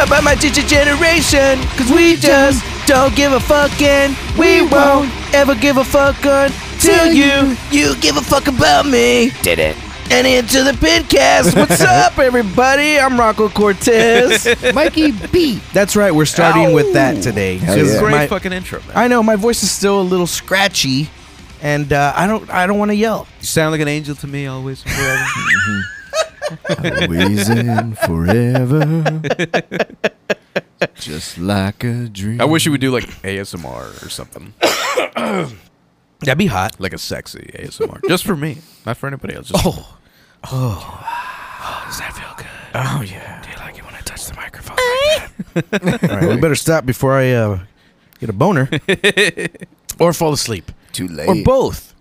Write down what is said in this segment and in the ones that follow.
about my teacher generation. Cause we just don't give a fuck and we won't ever give a fuck until you, you give a fuck about me. Did it. And into the pincast. What's up, everybody? I'm Rocco Cortez. Mikey B. That's right. We're starting Ow. with that today. Hell Because yeah. Great my- fucking intro, man. I know my voice is still a little scratchy, and uh, I don't I don't want to yell. you sound like an angel to me always. and forever. Always and forever. Just like a dream. I wish you would do like ASMR or something, That'd be hot. like a sexy ASMR, just for me, not for anybody else. Just Oh. Oh. Does that feel good? Oh, yeah. Do you like it when I touch the microphone? All right, we better stop before I uh, get a boner. or fall asleep. Too late. Or both.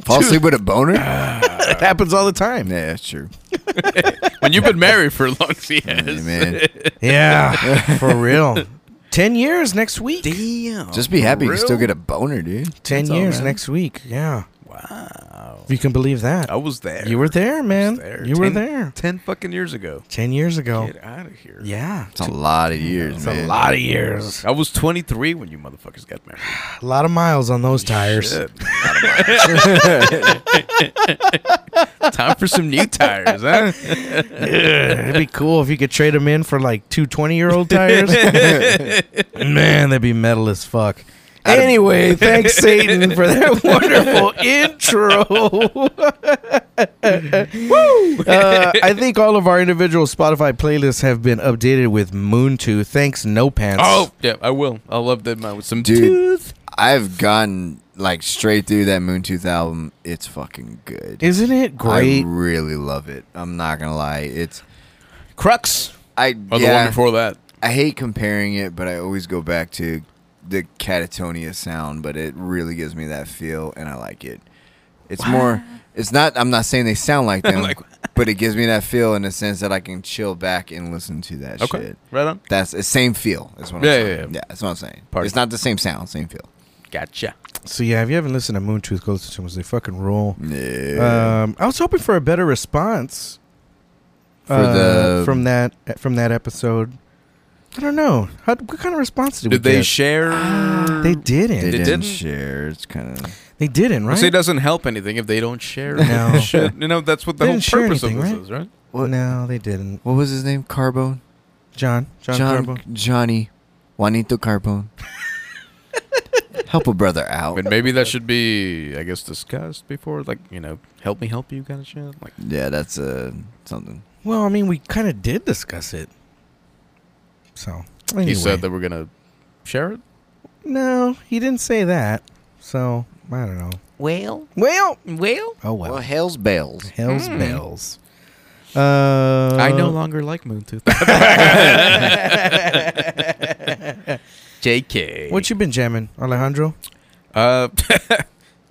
Fall asleep with a boner? It happens all the time. Yeah, sure. when you've been married for long, yes. Hey, man. Yeah, for real. 10 years next week. Damn. Just be happy you real? still get a boner, dude. 10 That's all years right. next week. Yeah. Wow. If you can believe that. I Oh, was there. you were there, man. there. You were Ten- there. ten fucking years ago. 10 years Oh. ago. Get out of here. Yeah. It's a lot of years, It's man. a lot of years. I was 23 when you motherfuckers got married. A lot of miles on those tires. Shit. Time for some new tires, huh? It'd be cool if you could trade them in for like two 20 year old tires. Man, that'd be metal as fuck. Anyway, thanks, Satan, for that wonderful intro. Woo! Uh, I think all of our individual Spotify playlists have been updated with Moontooth. Thanks, No Pants. Oh, yeah, I will. I'll love that man with some Dude. tooth. I've gone like straight through that Moontooth album. It's fucking good. Isn't it great? I really love it. I'm not gonna lie. It's Crux. I Or the one yeah, before that. I hate comparing it, but I always go back to the Catatonia sound, but it really gives me that feel and I like it. It's more it's not I'm not saying they sound like them, Like- but it gives me that feel in the sense that I can chill back and listen to that Okay. shit. Right on. That's the same feel. That's what Yeah, I'm yeah, saying. yeah. that's what I'm saying. Party. It's not the same sound, same feel. Gotcha. so, yeah, if you haven't listened to Moontooth, go listen to them 'cause they fucking rule. Yeah. Uh, Um, I was hoping for a better response uh, For the- from that from that episode. I don't know. How, what kind of response did, Did we they get? Ah. share? they didn't. they They, didn't, didn't? share. It's kind of didn't, right? Well, see, it doesn't help anything if they don't share. No. Shit. You know, that's what the They whole didn't share purpose anything, of this right? is, right? what? No, they didn't. What was his name? Carbone. John. John, John, Carbo. Johnny Juanito Carbone. Help a brother out. But maybe that should be, I guess, discussed before. Like, you know, help me help you kind of shit. Like, Yeah, that's uh, something. Well, I mean, we kind of did discuss it. So anyway. he said that we're going to share it. No, he didn't say that. So I don't know. Well, Well, well. oh well. Well, hell's bells. Hell's Mm. bells. Uh, I no longer like Moontooth. JK. What you been jamming, Alejandro? Uh, a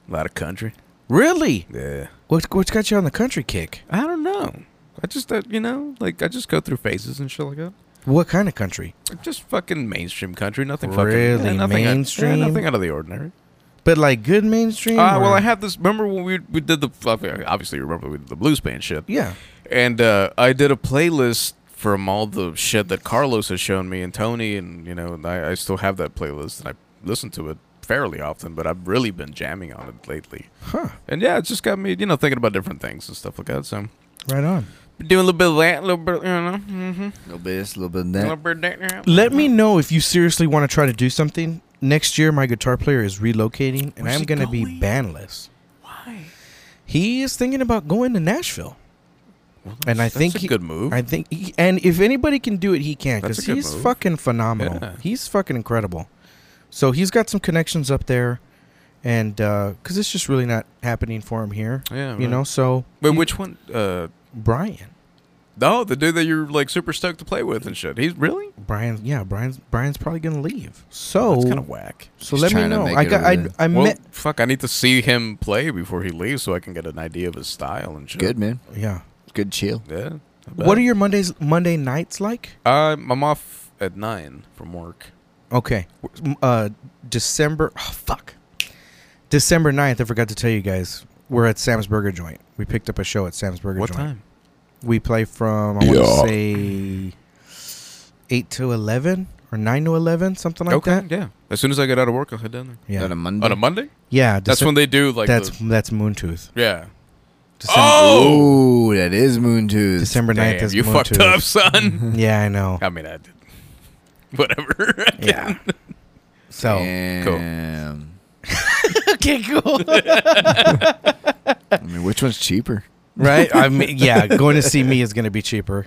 lot of country. Really? Yeah. What, what's got you on the country kick? I don't know. I just, uh, you know, like I just go through phases and shit like that. What kind of country? Like, just fucking mainstream country. Nothing fucking Really yeah, nothing out- yeah, mainstream? nothing out of the ordinary. But like good mainstream? Uh, well, or- I had this. Remember when we we did the obviously you remember we did the blues band shit. Yeah. And uh, I did a playlist from all the shit that Carlos has shown me and Tony, and you know, and I, I still have that playlist and I listen to it fairly often, but I've really been jamming on it lately. Huh. And yeah, it just got me, you know, thinking about different things and stuff like that. So Right on. been doing a little bit of that, a little bit, you know, mm-hmm, A little bit this, a little bit of a that. little bit of that. Let me know if you seriously want to try to do something. Next year, my guitar player is relocating, and Where's I'm he gonna be going? bandless. Why? He is thinking about going to Nashville, and I That's think a he- good move. I think, he, and if anybody can do it, he can That's because a good he's move. fucking phenomenal. Yeah. He's fucking incredible. So he's got some connections up there, and because it's just really not happening for him here, yeah, you right. know. So But which one? Uh, Brian, no, the dude that you're like super stoked to play with and shit. He's really. Brian, yeah, Brian's Brian's probably gonna leave. Oh, So that's kind of whack. So He's let me trying to know. make I it got. over I, there. I well, met. fuck, I need to see him play before he leaves so I can get an idea of his style and shit. Good man. Yeah. Good chill. Yeah. What are your Mondays? Monday nights like? Um, I'm off at nine from work. Okay. M- Uh, December. Oh, fuck. December 9th, I forgot to tell you guys. We're at Sam's Burger Joint. We picked up a show at Sam's Burger what Joint. time? We play from I want to Yeah. say eight to eleven or nine to eleven, something like okay, that. yeah. As soon as I get out of work, I'll head down there. Yeah, On a Monday. On a Monday? yeah. That's Dece- when they do like that's the, that's Moontooth. yeah. December, oh, Ooh, that is Moon Tooth. December 9th damn, is you Moontooth. fucked up, son. Yeah, I know. I mean, I did. Whatever. I Yeah. didn't. So Damn. okay, cool. I mean, which one's cheaper? right? I mean, yeah, going to see me is going to be cheaper.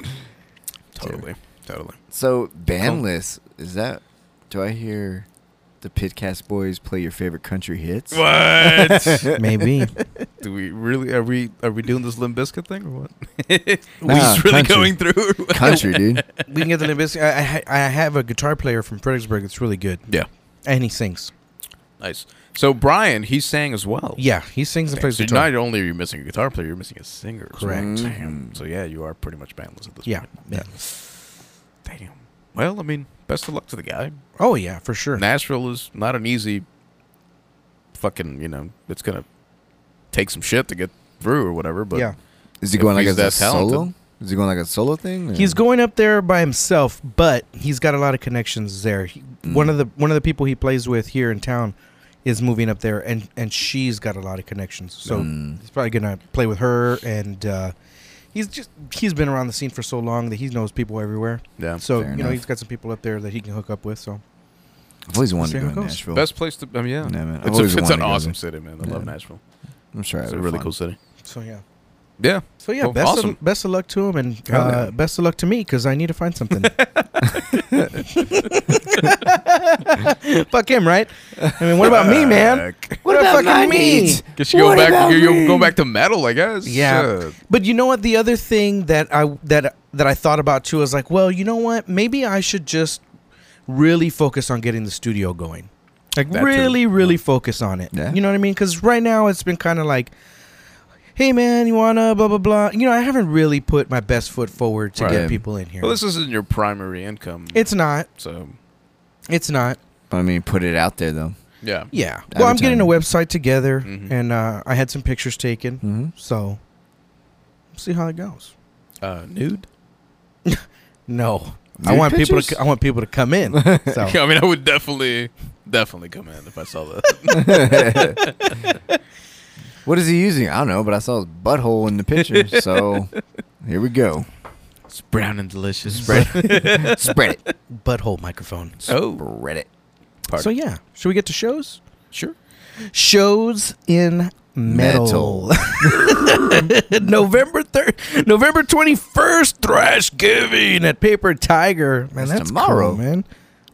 totally, totally. So bandless is that? Do I hear the Pitcast boys play your favorite country hits? What? Maybe. do we really? Are we? Are we doing this Limp Bizkit thing or what? Nah, we just really country. going through. or what? Country, dude. we can get the Limp Bizkit. I, I, ha- I have a guitar player from Fredericksburg that's really good. Yeah. And he sings. Nice. So Brian, he sang as well. Yeah, he sings and Okay, plays so guitar. not only are you missing a guitar player, you're missing a singer. as well. Correct. Mm-hmm. Damn. So yeah, you are pretty much bandless at this Yeah, point. yeah. Damn. Well, I mean, best of luck to the guy. Oh, yeah, for sure. Nashville is not an easy fucking, you know, it's gonna take some shit to get through or whatever, but yeah. Is he If going like he's as a that talented. solo? Is he going like a solo thing? or- He's going up there by himself, but he's got a lot of connections there. He, Mm. One of the one of the people he plays with here in town is moving up there, and and she's got a lot of connections. So Mm. he's probably gonna play with her, and uh, he's just he's been around the scene for so long that he knows people everywhere. yeah. So Fair you know enough. he's got some people up there that he can hook up with. So I've always wanted See to how go it to goes. Nashville. Best place to I mean, yeah. Yeah, man. I've It's, always a, it's wanted an to go awesome there. city, man. I Yeah. love Nashville. I'm sure. It's it'd a be really fun. cool city. so yeah. Yeah. So yeah, Well, best awesome. of, best of luck to him, and Hell uh, yeah. best of luck to me because I need to find something. Fuck him, right? I mean, what about me, man? What, about fucking me? Guess you go back you you go back to metal, I guess. Yeah. Shit. But you know what? The other thing that I that that I thought about too is like, well, you know what? Maybe I should just really focus on getting the studio going. Like That too. really, really focus on it. Yeah. You know what I mean? Because right now it's been kind of like, hey man, you wanna blah blah blah. You know, I haven't really put my best foot forward to get Right. people in here. Well, this isn't your primary income. it's not. so It's not. But I mean, put it out there though. yeah. Yeah. Well, I'm getting a website together, Mhm. and uh, I had some pictures taken. hmm So, we'll see how it goes. Uh, nude. No, I Nude want people pictures? to. I want people to come in. So Yeah, I mean, I would definitely, definitely come in if I saw that. What is he using? I don't know, but I saw his butthole in the picture. so here we go. It's brown and delicious. Spread it. Spread it. butthole microphone. oh, Spread it. Pardon. So yeah, should we get to shows? sure. Shows in metal. November third, November twenty first, Thrash Giving at Paper Tiger. Man, That's that's tomorrow, tomorrow. man.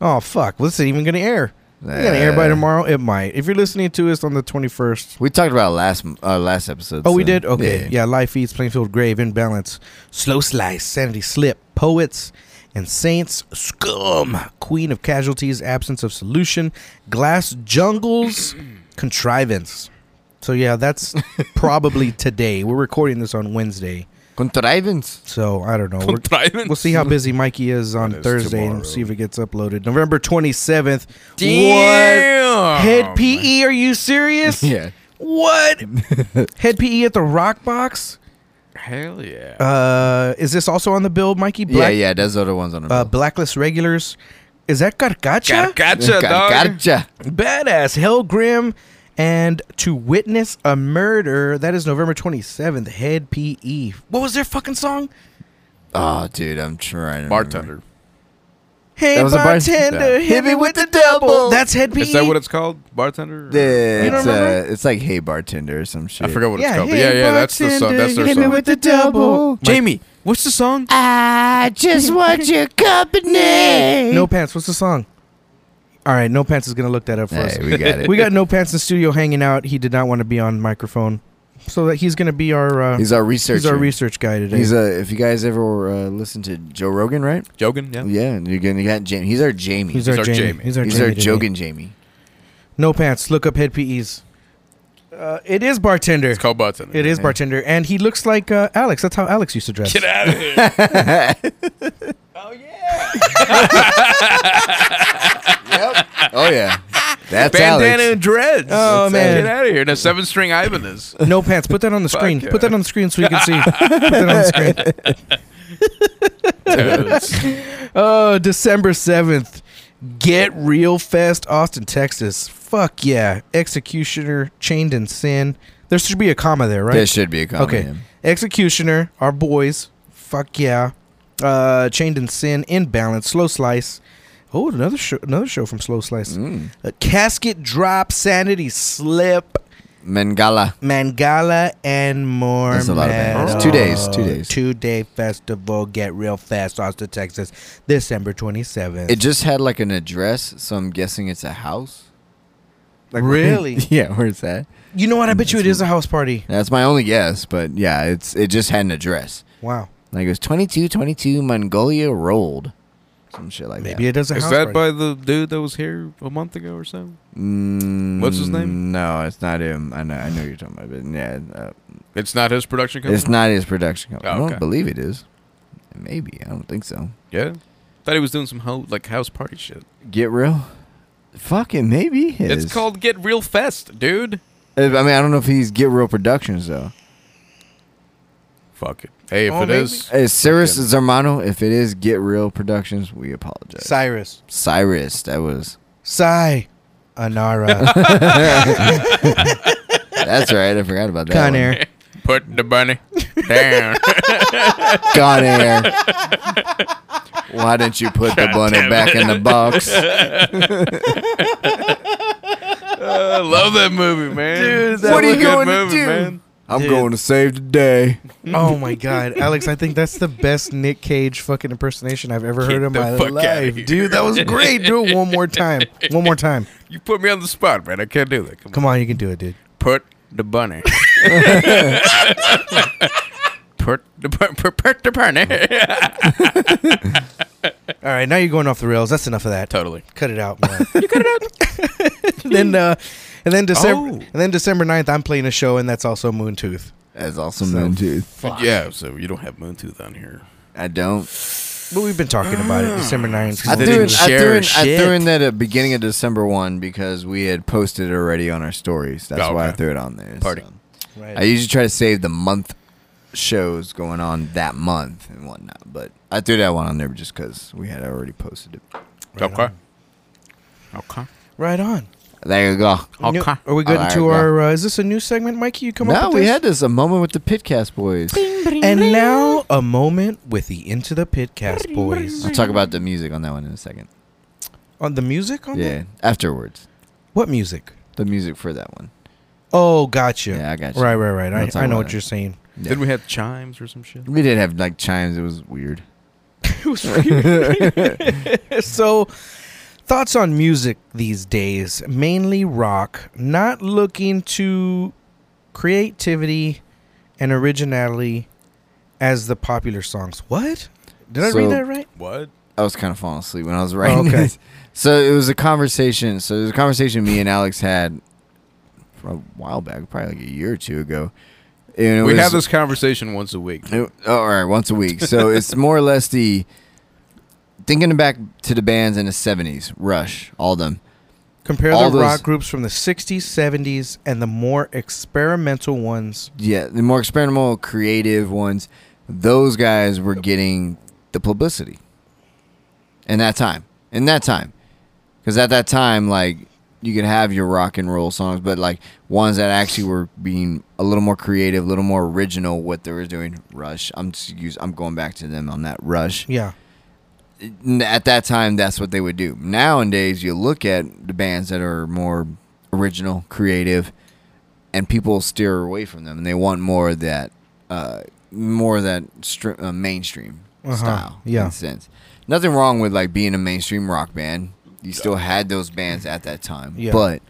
Oh fuck, what's it even gonna air? It's gonna air by Uh, tomorrow. It might. If you're listening to us on the twenty first, We talked about it last uh, last episode. Oh, we so- did. Okay, Yeah. yeah. Life eats Plainfield Grave, Imbalance, Slow Slice, Sanity Slip, Poets and Saints, Scum, Queen of Casualties, Absence of Solution, Glass Jungles, Contrivance. So yeah, that's probably today. We're recording this on Wednesday, Contrivance. so I don't know. We're, Contrivance. we'll see how busy Mikey is on That is Thursday tomorrow. and see if it gets uploaded. November twenty seventh. What Damn. Oh, head PE? Are you serious? Yeah. What head PE at the Rock Box? Hell yeah. Uh, is this also on the bill, Mikey? Yeah, yeah. That's the other ones on the Uh, bill. Blacklist regulars. Is that Carcacha? gotcha, dog. Gotcha. Badass Hellgrim and to witness a murder. That is November twenty seventh. Head PE. What was their fucking song? Oh, dude, I'm trying. To remember. Bartender. Hey That was a bar- bartender, Yeah. hit me with the double. That's head E? PE. Is that what it's called? Bartender. Yeah, You don't it's, remember? uh, it's like Hey Bartender or some shit. I forgot what it's yeah, called. But hey, yeah, yeah. That's the song. bartender, That's their hit me song. with the double. Jamie, what's the song? I just want your company. No pants. What's the song? All right, no pants is gonna look that up for us. Hey, we got it. We got no pants in studio hanging out. He did not want to be on microphone, so that he's gonna be our uh, He's our researcher. He's our research guy today. He's a. If you guys ever uh, listen to Joe Rogan, right? Jogan. Yeah. Yeah, and you're gonna you got Jamie. He's our Jamie. He's our, He's our Jamie. Jamie. He's our He's Jamie our today. joking Jamie. No pants. Look up head PEs. Uh, it is bartender. It's called bartender. It is bartender, and he looks like uh, Alex. That's how Alex used to dress. Get out of here. Yep. Oh yeah. That's Bandana Alex. and dreads. Oh, That's man. it. Get out of here. And a seven string Ivan is. No pants. Put that on the screen. Fuck Put that yeah. on the screen so you can see. Put that on the screen. Toads. Oh, December 7th. Get Real Fest, Austin, Texas. Fuck yeah. Executioner, Chained in Sin. There should be a comma there, right? There should be a comment. okay. Executioner, our boys. Fuck yeah. Uh, Chained in Sin, Imbalance, Slow Slice. Oh, another show, another show from Slow Slice. Mm. Uh, Casket Drop, Sanity Slip, Mangala. Mangala, and more. That's a lot of bands. metal. Two days, two days. Two day festival. Get real fast, Austin, Texas, December twenty seventh. It just had like an address, so I'm guessing it's a house. Really? yeah, where it's at. You know what? I bet you it is a house party. That's my only guess, but yeah, it's it just had an address. Wow. Like it was 2222 Mongolia Road. Some shit like Maybe it is a Is house that party. by the dude that was here a month ago or so? Mm, What's his name? No, it's not him. I know, I know you're talking about it. Yeah, uh, It's not his production company. it's not his production company. Oh, I okay. don't believe it is. Maybe I don't think so. Yeah. Thought he was doing some ho- like house party shit. Get real. Fucking maybe it It's is. Uh, called Get Real Fest, dude. I mean, I don't know if he's Get Real Productions though. Fuck it. Hey, if Oh, it maybe. is, Hey, Uh, Cyrus Zarmano, if it is Get Real Productions, we apologize. Cyrus. Cyrus, that was. Cy. Anara. That's right. I forgot about that. Con one. Air. put the bunny down. Con Air. Why didn't you put the bunny back in the box? I love that movie, man. Dude, that What are was you a good going to movie, do? man. I'm Dude. going to save the day. oh my God, Alex! I think that's the best Nick Cage fucking impersonation I've ever Get heard in the my fuck outta life, here. dude. That was great. Do it one more time. One more time. You put me on the spot, man. I can't do that. Come, Come on, you can do it, dude. on. Put the bunny. put the bu- put, put the bunny. All right, now you're going off the rails. That's enough of that. totally. Cut it out, man. you cut it out. then, uh, and then December, Oh. and then December 9th, I'm playing a show, and that's also Moontooth. That's awesome, then, dude. Yeah, so you don't have Moontooth on here. I don't. But we've been talking about it. Ah. December 9th. I They threw, in, didn't I, share threw in, I shit. threw in that at beginning of December 1 because we had posted it already on our stories. That's Oh, why I okay. threw it on there. Party. so. I Right. usually try to save the month shows going on that month and whatnot, but I threw that one on there just because we had already posted it. Right okay. on. Okay. Right on. There you go. New- Okay. are we good Alright, into go. our? Uh, is this a new segment, Mikey? You come up No, with we this? had this a moment with the Pitcast boys. And now a moment with the Into the Pitcast boys I'll talk about the music on that one in a second. on the music. On that? Yeah, afterwards. What music? The music for that one. Oh, gotcha. Yeah, I got you. Right, right, right. We'll talk I, I know about what it. you're saying. Yeah. Did we have chimes or some shit? We did have like chimes. It was weird. It was weird. so, thoughts on music these days? Mainly rock. Not looking to creativity and originality as the popular songs. What? Did I So- read that right? What? I was kind of falling asleep when I was writing okay. this. So it was a conversation. So it was a conversation me and Alex had for a while back, probably like a year or two ago. And it we was- have this conversation once a week. It- oh, all right, once a week. So it's more or less the thinking back to the bands in the '70s, Rush, all them. Compare All the those- rock groups from the 60s, 70s, and the more experimental ones. Yeah, the more experimental, creative ones. Those guys were getting the publicity in that time. In that time, because at that time, like you could have your rock and roll songs, but like ones that actually were being a little more creative, a little more original. What they were doing, Rush. I'm just use. I'm going back to them on that Rush. Yeah. n- at that time that's what they would do nowadays you look at the bands that are more original creative and people steer away from them and they want more of that uh, more of that str- uh, mainstream Uh-huh, style in yeah. a sense nothing wrong with like being a mainstream rock band you still had those bands at that time Yeah. but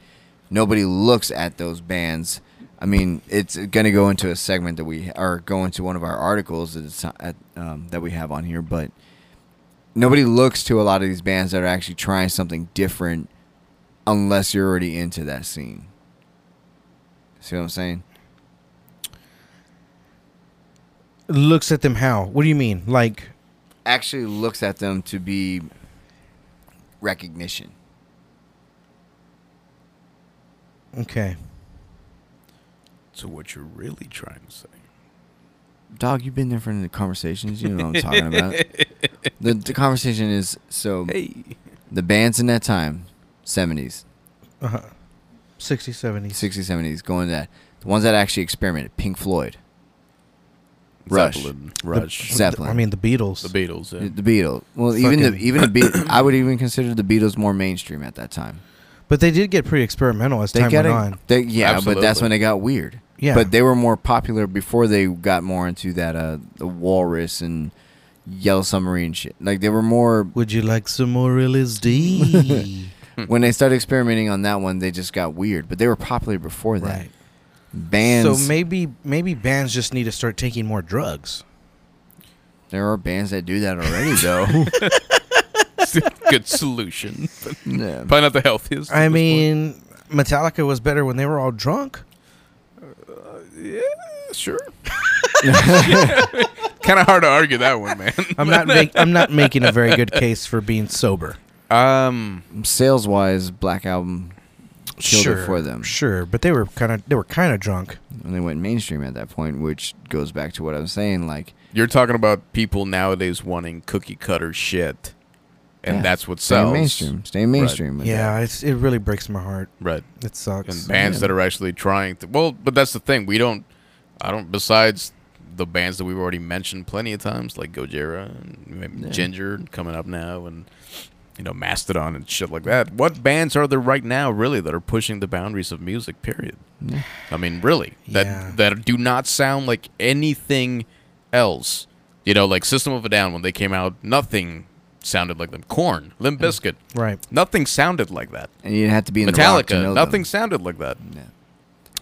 nobody looks at those bands I mean, it's going to go into a segment that we are going to one of our articles that, it's, at, um, that we have on here, but nobody looks to a lot of these bands that are actually trying something different unless you're already into that scene. See what I'm saying? Looks at them how? What do you mean? Like, Actually looks at them to be recognition. okay. So what you're really trying to say? Dog, you've been there for the conversations. You know what I'm talking about. the, the conversation is so Hey. the bands in that time, 70s, Uh-huh. 60, 70s. 60s, 70s, going to that. The ones that actually experimented, Pink Floyd, Rush. Zeppelin. Rush. Zeppelin. I mean, the Beatles. the Beatles. Yeah. the Beatles. Well, even the Fucking- even the Be- I would even consider the Beatles more mainstream at that time. but they did get pretty experimental as They time got went it- on. They, yeah, but that's Absolutely. when they got weird. Yeah. But they were more popular before they got more into that uh the Walrus and Yellow Submarine shit. Like they were more Would you like some more LSD? when they started experimenting on that one, they just got weird. But they were popular before that. right. Bands. So maybe maybe bands just need to start taking more drugs. there are bands that do that already, though. Good solution. yeah. Probably not the healthiest. I mean, Metallica was better when they were all drunk. sure. kind of hard to argue that one, man. I'm not make, I'm not making a very good case for being sober. Um, Sales wise, Black Album Killed it sure for them. Sure, but they were kind of they were kind of drunk. when they went mainstream at that point, which goes back to what I was saying. Like you're talking about people nowadays wanting cookie cutter shit, and Yeah. that's what stay sells. mainstream, stay mainstream. with that. Yeah, it's, it really breaks my heart. right? It sucks. And bands Yeah. that are actually trying to. Well, but that's the thing. We don't. I don't. Besides the bands that we've already mentioned plenty of times, like Gojira and Yeah. Ginger coming up now, and you know Mastodon and shit like that. What bands are there right now, really, that are pushing the boundaries of music? Period. Yeah. I mean, really, that Yeah. that do not sound like anything else. You know, like System of a Down when they came out, nothing sounded like them. Corn, Limp Bizkit, right? nothing sounded like that. and you have to be in the rock to Metallica, know nothing Them. sounded like that. Yeah.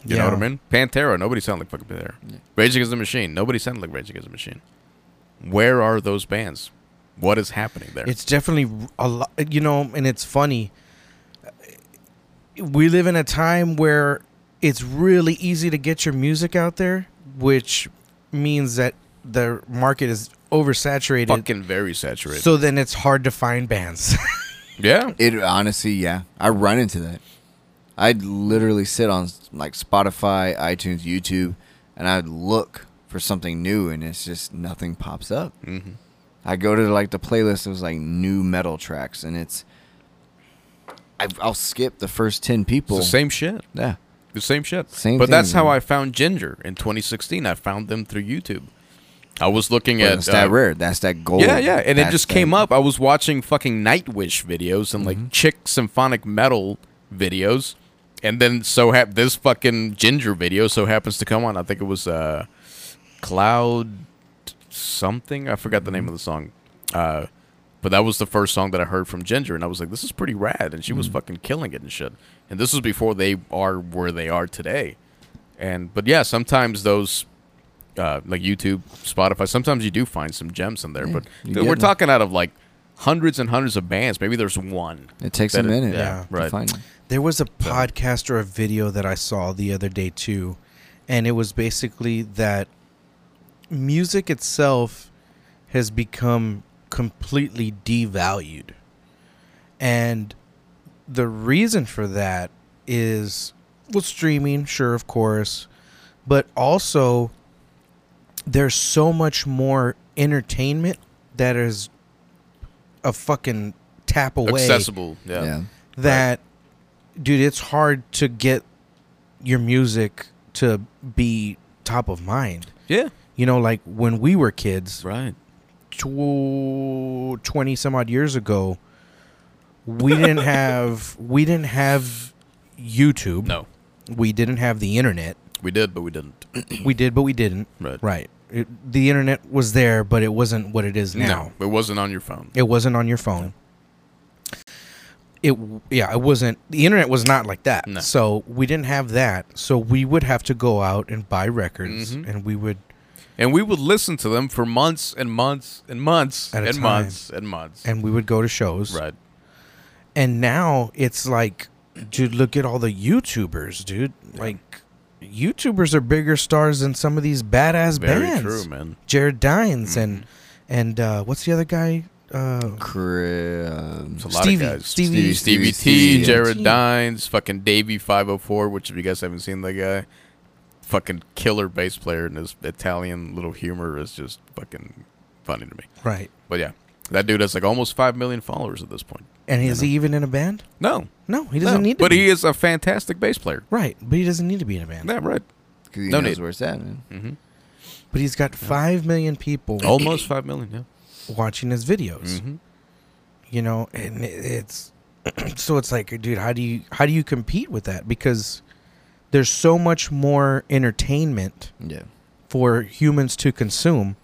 You know what I Yeah. mean? Pantera, nobody sounded like fucking Pantera. Yeah. Rage Against the Machine, nobody sounded like Rage Against the Machine. Where are those bands? What is happening there? It's definitely a lot, you know, and it's funny. We live in a time where it's really easy to get your music out there, which means that the market is oversaturated. fucking very saturated. so then it's hard to find bands. yeah, It honestly, yeah, I run into that. I'd literally sit on like Spotify, iTunes, YouTube, and I'd look for something new, and it's just nothing pops up. hmm I go to like the playlist. It was like new metal tracks, and it's i I'll skip the first ten it's people. the same shit. Yeah, The same shit. Same but thing, that's how man. I found Ginger in 2016. I found them through YouTube. I was looking yeah, at that's that uh, rare. That's that gold. Yeah, yeah, and it Oh, That's just that- came up. I was watching fucking Nightwish videos and like chick symphonic metal videos, and then so hap this fucking Ginger video so happens to come on. I think it was uh, Cloud something. I forgot the name of the song. Uh, but that was the first song that I heard from Ginger, and I was like, "This is pretty rad," and she was fucking killing it and shit. And this was before they are where they are today. And but yeah, sometimes those uh, like YouTube, Spotify, sometimes you do find some gems in there. Yeah, but you th- get we're them. talking out of like hundreds and hundreds of bands. Maybe there's one. It takes a that it- minute. yeah, to right. find it. There was a podcast or a video that I saw the other day too, and it was basically that music itself has become completely devalued. And the reason for that is well streaming, sure of course, but also there's so much more entertainment that is a fucking tap away Accessible. Yeah. Yeah. that dude it's hard to get your music to be top of mind Yeah. you know like when we were kids Right. tw- 20 some odd years ago we didn't have we didn't have youtube No, we didn't have the internet we did, but we didn't. we did but we didn't Right. right it, the internet was there but it wasn't what it is now No, it wasn't on your phone. it wasn't on your phone. It w- yeah, it wasn't. The internet was not like that. No. So we didn't have that. So we would have to go out and buy records, Mhm. and we would And we would listen to them for months and months and months At a and time. months and months. and we would go to shows. right. And now it's like, dude, look at all the YouTubers, dude. Like, YouTubers are bigger stars than some of these badass Very bands. true, man. Mm-hmm. Jared Dines and and uh, what's the other guy? Uh, Cri- um, It's a lot Stevie, of guys. Stevie, Stevie- Stevie Stevie T, T. Jared T. Dines, fucking Davey five oh four, which if you guys haven't seen that guy, fucking killer bass player and his Italian little humor is just fucking funny to me. Right. But yeah. That dude has like almost five million followers at this point. And is he even in a band? No, No, he doesn't no. need to. But be. he is a fantastic bass player. right, but he doesn't need to be in a band. Yeah, right. 'Cause he No knows need. where it's at, man. hmm But he's got five million people Almost five million. watching his Yeah. videos. Mhm. You know, and it- it's so it's like, dude, how do you how do you compete with that? Because there's so much more entertainment Mm-hmm. Yeah. for humans to consume.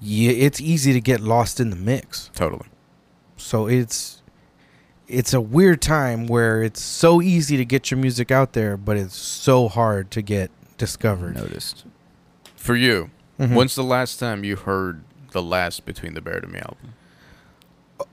Yeah, it's easy to get lost in the mix. Totally. So it's it's a weird time where it's so easy to get your music out there, but it's so hard to get discovered. Noticed. For you, Mhm. when's the last time you heard the last Between the Bear to Me album?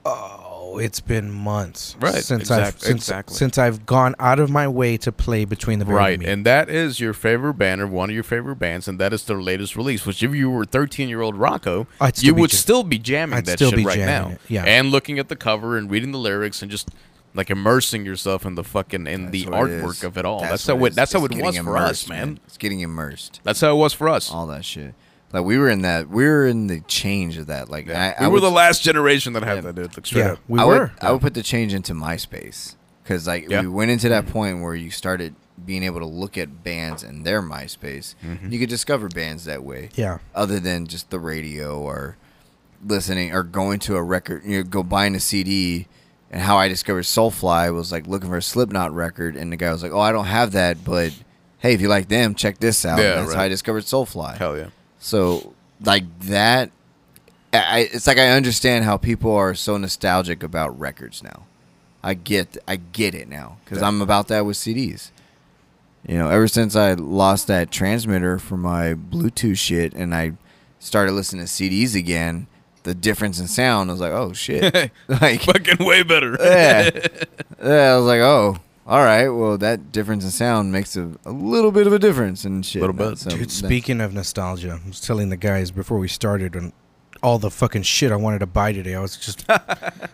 Oh, it's been months Right, since I've exact- since, exactly. since I've gone out of my way to play between the Bear Right, Me. and that is your favorite band or one of your favorite bands, and that is their latest release. Which, if you were 13 year old Rocco, I'd still you be would jam- still be jamming I'd that still shit be right jamming now, it, yeah. and looking at the cover and reading the lyrics and just like immersing yourself in the fucking in the what it artwork is. of it all. That's, what how it, is. that's how It's it getting was for immersed, Oh, us, man. It's getting immersed. That's how it was for us. All that shit. Like we were in that. We were in the change of that. Like I, we I were would, the last generation that had Yeah. that dude. Like, straight yeah, up. we I were. Would, I would put the change into MySpace because like Yeah. we went into that point where you started being able to look at bands and their MySpace. Mm-hmm. You could discover bands that way, yeah, other than just the radio or listening or going to a record. You know, go buying a CD. And how I discovered Soulfly was like looking for a Slipknot record, and the guy was like, "Oh, I don't have that, but hey, if you like them, check this out." Yeah, That's right. how I discovered Soulfly. Hell yeah. So like that, I, I- it's like I understand how people are so nostalgic about records now. I get I get it now because I'm about that with CDs. You know, ever since I lost that transmitter for my Bluetooth shit and I started listening to CDs again, the difference in sound I was like, oh shit, like Fucking way better. yeah. yeah, I was like, oh, all right. Well, that difference in sound makes a, a little bit of a difference and shit. Little bit. So Dude, that's- speaking of nostalgia, I was telling the guys before we started and all the fucking shit I wanted to buy today. I was just I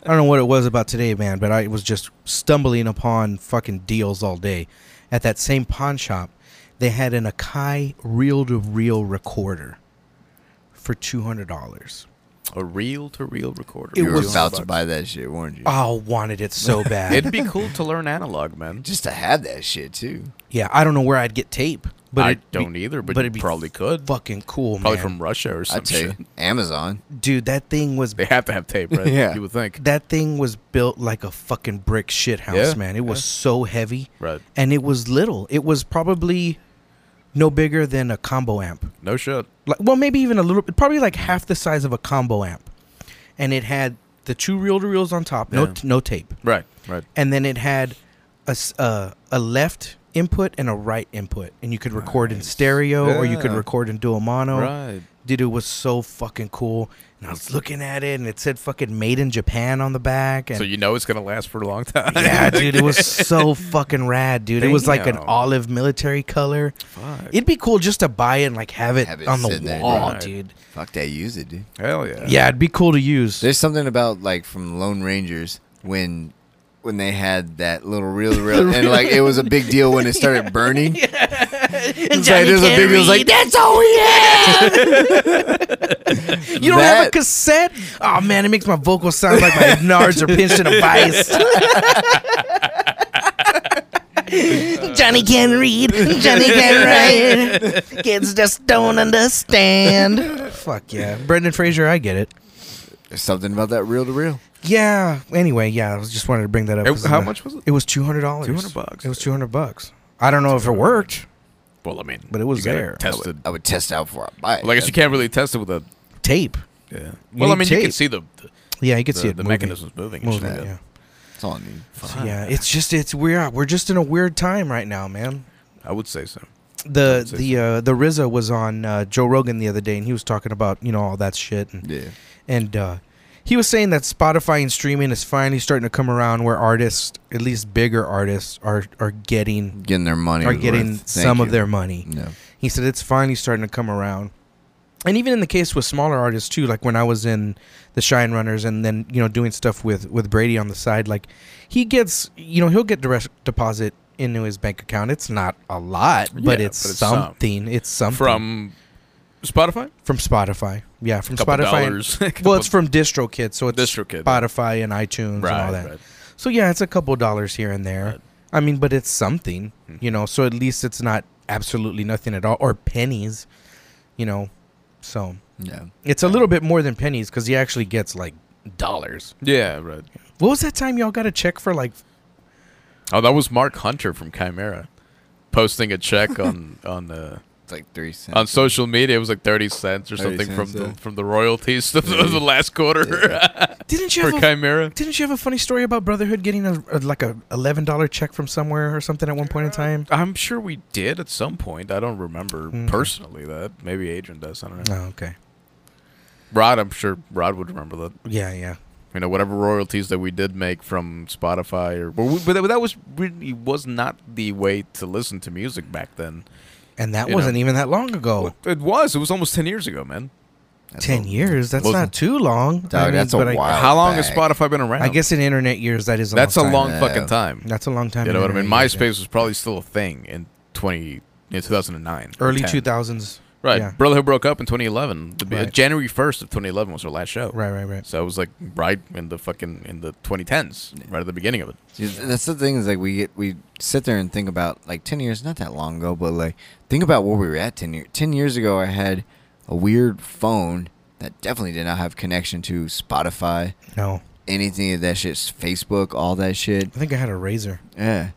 don't know what it was about today, man, but I was just stumbling upon fucking deals all day. At that same pawn shop, they had an Akai reel to reel recorder for two hundred dollars. A reel to reel recorder. It you were was- about to buy that shit, weren't you? Oh, wanted it so bad. It'd be cool to learn analog, man. just to have that shit too. yeah, I don't know where I'd get tape, but I it'd be don't either, but, but you it'd be probably could. fucking cool, Probably man. from Russia or some I'd say shit. Amazon. Dude, that thing was They have to have tape, right? Yeah. You would think. that thing was built like a fucking brick shit house, Yeah, man. It was yeah. so heavy. Right. And it was little. It was probably no bigger than a combo amp. No shit. Like well, maybe even a little probably like half the size of a combo amp. And it had the two reel to reels on top, no Yeah. no tape. Right. Right. And then it had a s- a- a left input and a right input and you could record in stereo or you could Yeah. record in dual mono Right. dude it was so fucking cool and i was looking at it and it said fucking made in japan on the back and So you know it's gonna last for a long time. yeah, dude, it was so fucking rad, dude. It was like an Damn. olive military color. Fuck. It'd be cool just to buy it and like have it, Have it on the sitting there, wall, right. dude. Fuck that, use it, dude. Hell yeah. Yeah, it'd be cool to use. There's something about like from Lone Rangers when when they had that little reel to reel and like it was a big deal when it started burning. It's like, there's a big deal. It's like that's all we had. you don't have a that- cassette? Oh man, it makes my vocals sound like my nards are pinched in a vice. Johnny can read. Johnny can write. Kids just don't understand. Fuck yeah, Brendan Fraser, I get it. There's something about that reel to reel. Yeah. Anyway, yeah, I was just wanted to bring that up. It- 'cause how the- much was it? It was two hundred dollars. $200 bucks. It was two hundred bucks. I don't know if it worked. Well, I mean, But it was you gotta there. Test it. I would test out for a bite. Well, I guess you can't really test it with a. Tape. Yeah. Well, I need mean, you tape. can see the the, Yeah, you could see the, it. the moving. mechanisms moving. and shit, Moving. yeah. yeah. That's all I need. So, yeah, it's just it's weird. We're just in a weird time right now, man. I would say so. The That's it. the uh, the RZA was on uh, Joe Rogan the other day, and he was talking about you know all that shit, and, Yeah. and uh, he was saying that Spotify and streaming is finally starting to come around where artists, at least bigger artists, are are getting Getting their money. are worth. getting Thank some of you. their money. No. He said it's finally starting to come around. And even in the case with smaller artists too, like when I was in the Shine Runners and then, you know, doing stuff with with Brady on the side, like he gets, you know, he'll get direct deposit into his bank account. It's not a lot, but Yeah, it's but it's some. something. It's something. From Spotify? from Spotify. Yeah, from Couple Spotify. dollars. Well, it's from DistroKid, so it's DistroKid, yeah. Spotify and iTunes and all right, that. right. So yeah, it's a couple dollars here and there. I mean, but it's something, you know. So at least it's not absolutely nothing at all, or pennies, you know. So Yeah. it's a little bit more than pennies because he actually gets like dollars. Yeah, right. What was that time y'all got a check for? Like, Oh, that was Mark Hunter from Chimera posting a check on on uh, It's like three cents. on social media. It was like thirty cents or 30 something from cents, the, yeah. from the royalties of the last quarter didn't you for have a, Chimera. didn't you have a funny story about Brotherhood getting a, a like a eleven dollar check from somewhere or something at one point in time? I'm sure we did at some point. I don't remember Mm. personally that. Maybe Adrian does. I don't know. Oh, okay. Rod, I'm sure Rod would remember that. Yeah, yeah. you know whatever royalties that we did make from Spotify or but, we, but that- but that was really was not the way to listen to music back then. And that You know. wasn't even that long ago. It was. It was almost ten years ago, man. That's Ten a- years. That's Wasn't- not too long. Dog, that's a but while. How long has back. Spotify been around? I guess in internet years, that is a that's a long time. long Yeah. fucking time. That's a long time. You know in what I mean? internet years, MySpace was probably still a thing in twenty in two thousand and nine, yeah. early 10. two thousands. Right, yeah. Brotherhood broke up in twenty eleven. Uh, Right. January first of twenty eleven was our last show. Right, right, right. So it was like right in the fucking in the twenty tens, right at the beginning of it. See, That's the thing is like we get we sit there and think about like ten years, not that long ago, but like think about where we were at ten years. Ten years ago, I had a weird phone that definitely did not have connection to Spotify, No, anything of that shit, Facebook, all that shit. I think I had a razor. Yeah,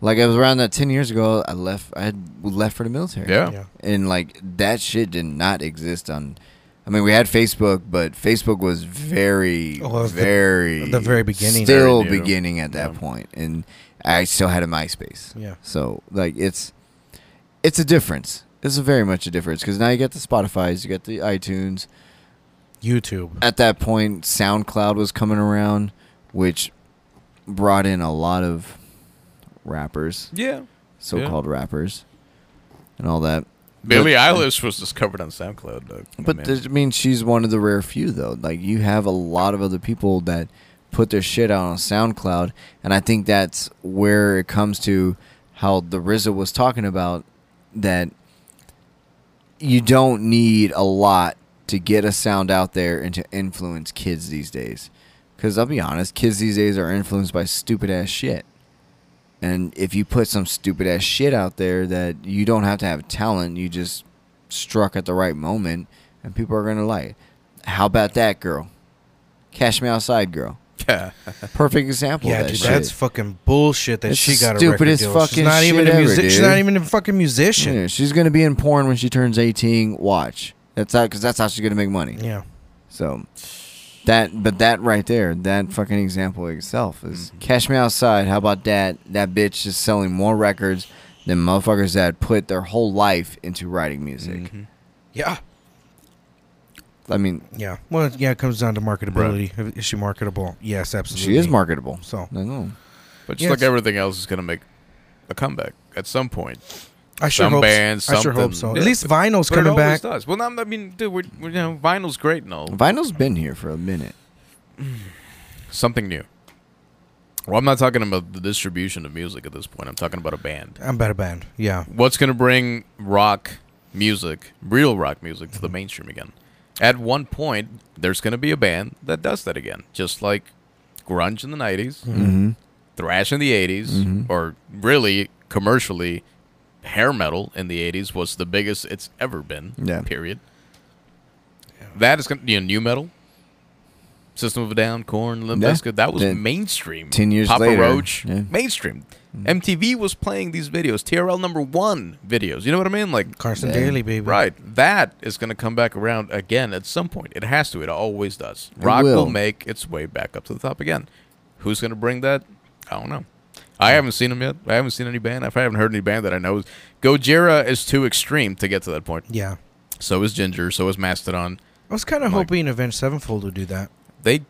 like I was around that ten years ago. I left. I had left for the military. Yeah. and like that shit did not exist on. I mean, we had Facebook, but Facebook was very, Oh, it was the- very, the very beginning. still Very new. beginning at that Yeah. point, and I still had a MySpace. Yeah. So like it's, it's a difference. It's a very much a difference because now you got the Spotify's, you got the iTunes. YouTube. At that point, SoundCloud was coming around, which brought in a lot of rappers, Yeah. so-called rappers, and all that. Billie But- Eilish was discovered on SoundCloud. Though. But Man. there's- I mean, she's one of the rare few, though. Like you have a lot of other people that put their shit out on SoundCloud, and I think that's where it comes to how the RZA was talking about that you don't need a lot to get a sound out there and to influence kids these days. Because I'll be honest, kids these days are influenced by stupid ass shit. And if you put some stupid ass shit out there that you don't have to have talent, you just struck at the right moment, and people are gonna like. it. How about that girl? Cash me outside, girl. yeah. Perfect example. Yeah, of that dude, shit. that's fucking bullshit that It's she the got a stupidest record deal. She's fucking not even shit a ever, music- She's dude. not even a fucking musician. Yeah, she's gonna be in porn when she turns eighteen. Watch. That's how, because that's how she's gonna make money. Yeah. So that, but that right there, that fucking example itself is Mm-hmm. cash me outside. How about that? That bitch is selling more records than motherfuckers that put their whole life into writing music. Mm-hmm. Mm-hmm. Yeah. I mean, Yeah. Well, yeah, it comes down to marketability. Is she marketable? Yes, absolutely. she is marketable. So I know. But just Yes. like everything else is gonna make a comeback at some point. I sure Some hope. bands, I sure hope something. so. At Yeah, least but- vinyl's But it coming back. always does. Well, I'm- I mean, dude, we're, we're, you know, vinyl's great and all. Vinyl's been here for a minute. Something new. Well, I'm not talking about the distribution of music at this point. I'm talking about a band. I'm about a band. Yeah. What's gonna bring rock music, real rock music, to the Mm-hmm. mainstream again? At one point, there's gonna be a band that does that again, just like grunge in the '90s. Mm-hmm. thrash in the 80s or really commercially hair metal in the 80s was the biggest it's ever been Yeah. period that is gonna you know, new metal system of a down corn limp Yeah. Bizkit, that was Then mainstream 10 years papa later, roach yeah. mainstream mtv was playing these videos trl number one videos you know what i mean like Carson Damn. Daly, baby. Right. That is going to come back around again at some point. It has to. It always does. It Rock will. will. make its way back up to the top again. Who's going to bring that? I don't know. I haven't seen them yet. I haven't seen any band. I haven't heard any band that I know. Gojira is too extreme to get to that point. Yeah. So is Ginger. So is Mastodon. I was kind of Like- hoping Avenged Sevenfold would do that. They,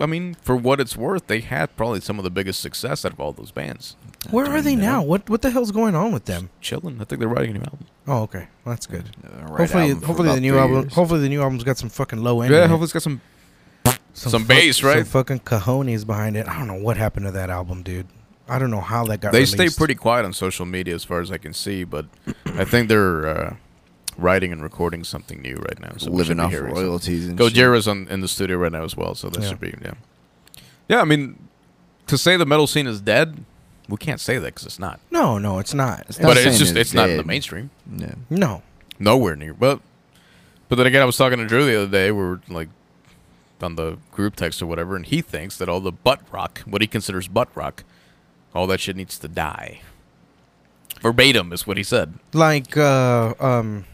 I mean, for what it's worth, they had probably some of the biggest success out of all those bands. Where are they know. now? What what the hell's going on with them? Chilling. I think they're writing a new album. Oh, okay, well, that's good. Right hopefully, hopefully the new album. Hopefully the new album's got some fucking low end. in it. it's got some. some fuck- bass, right? Some fucking cojones behind it. I don't know what happened to that album, dude. I don't know how that got. They released. stay pretty quiet on social media as far as I can see, but I think they're uh, writing and recording something new right now. So we living should be off hearing something. royalties and shit. Gojira's on in the studio right now as well, so that Yeah. should be yeah. Yeah, I mean, to say the metal scene is dead, we can't say that because it's not. No, no, it's not. It's not But saying it's just it's not in the dead. mainstream, Yeah. No. nowhere near. But but then again, I was talking to Drew the other day. We were like on the group text or whatever, and he thinks that all the butt rock, what he considers butt rock, all that shit needs to die. Verbatim is what he said. Like uh um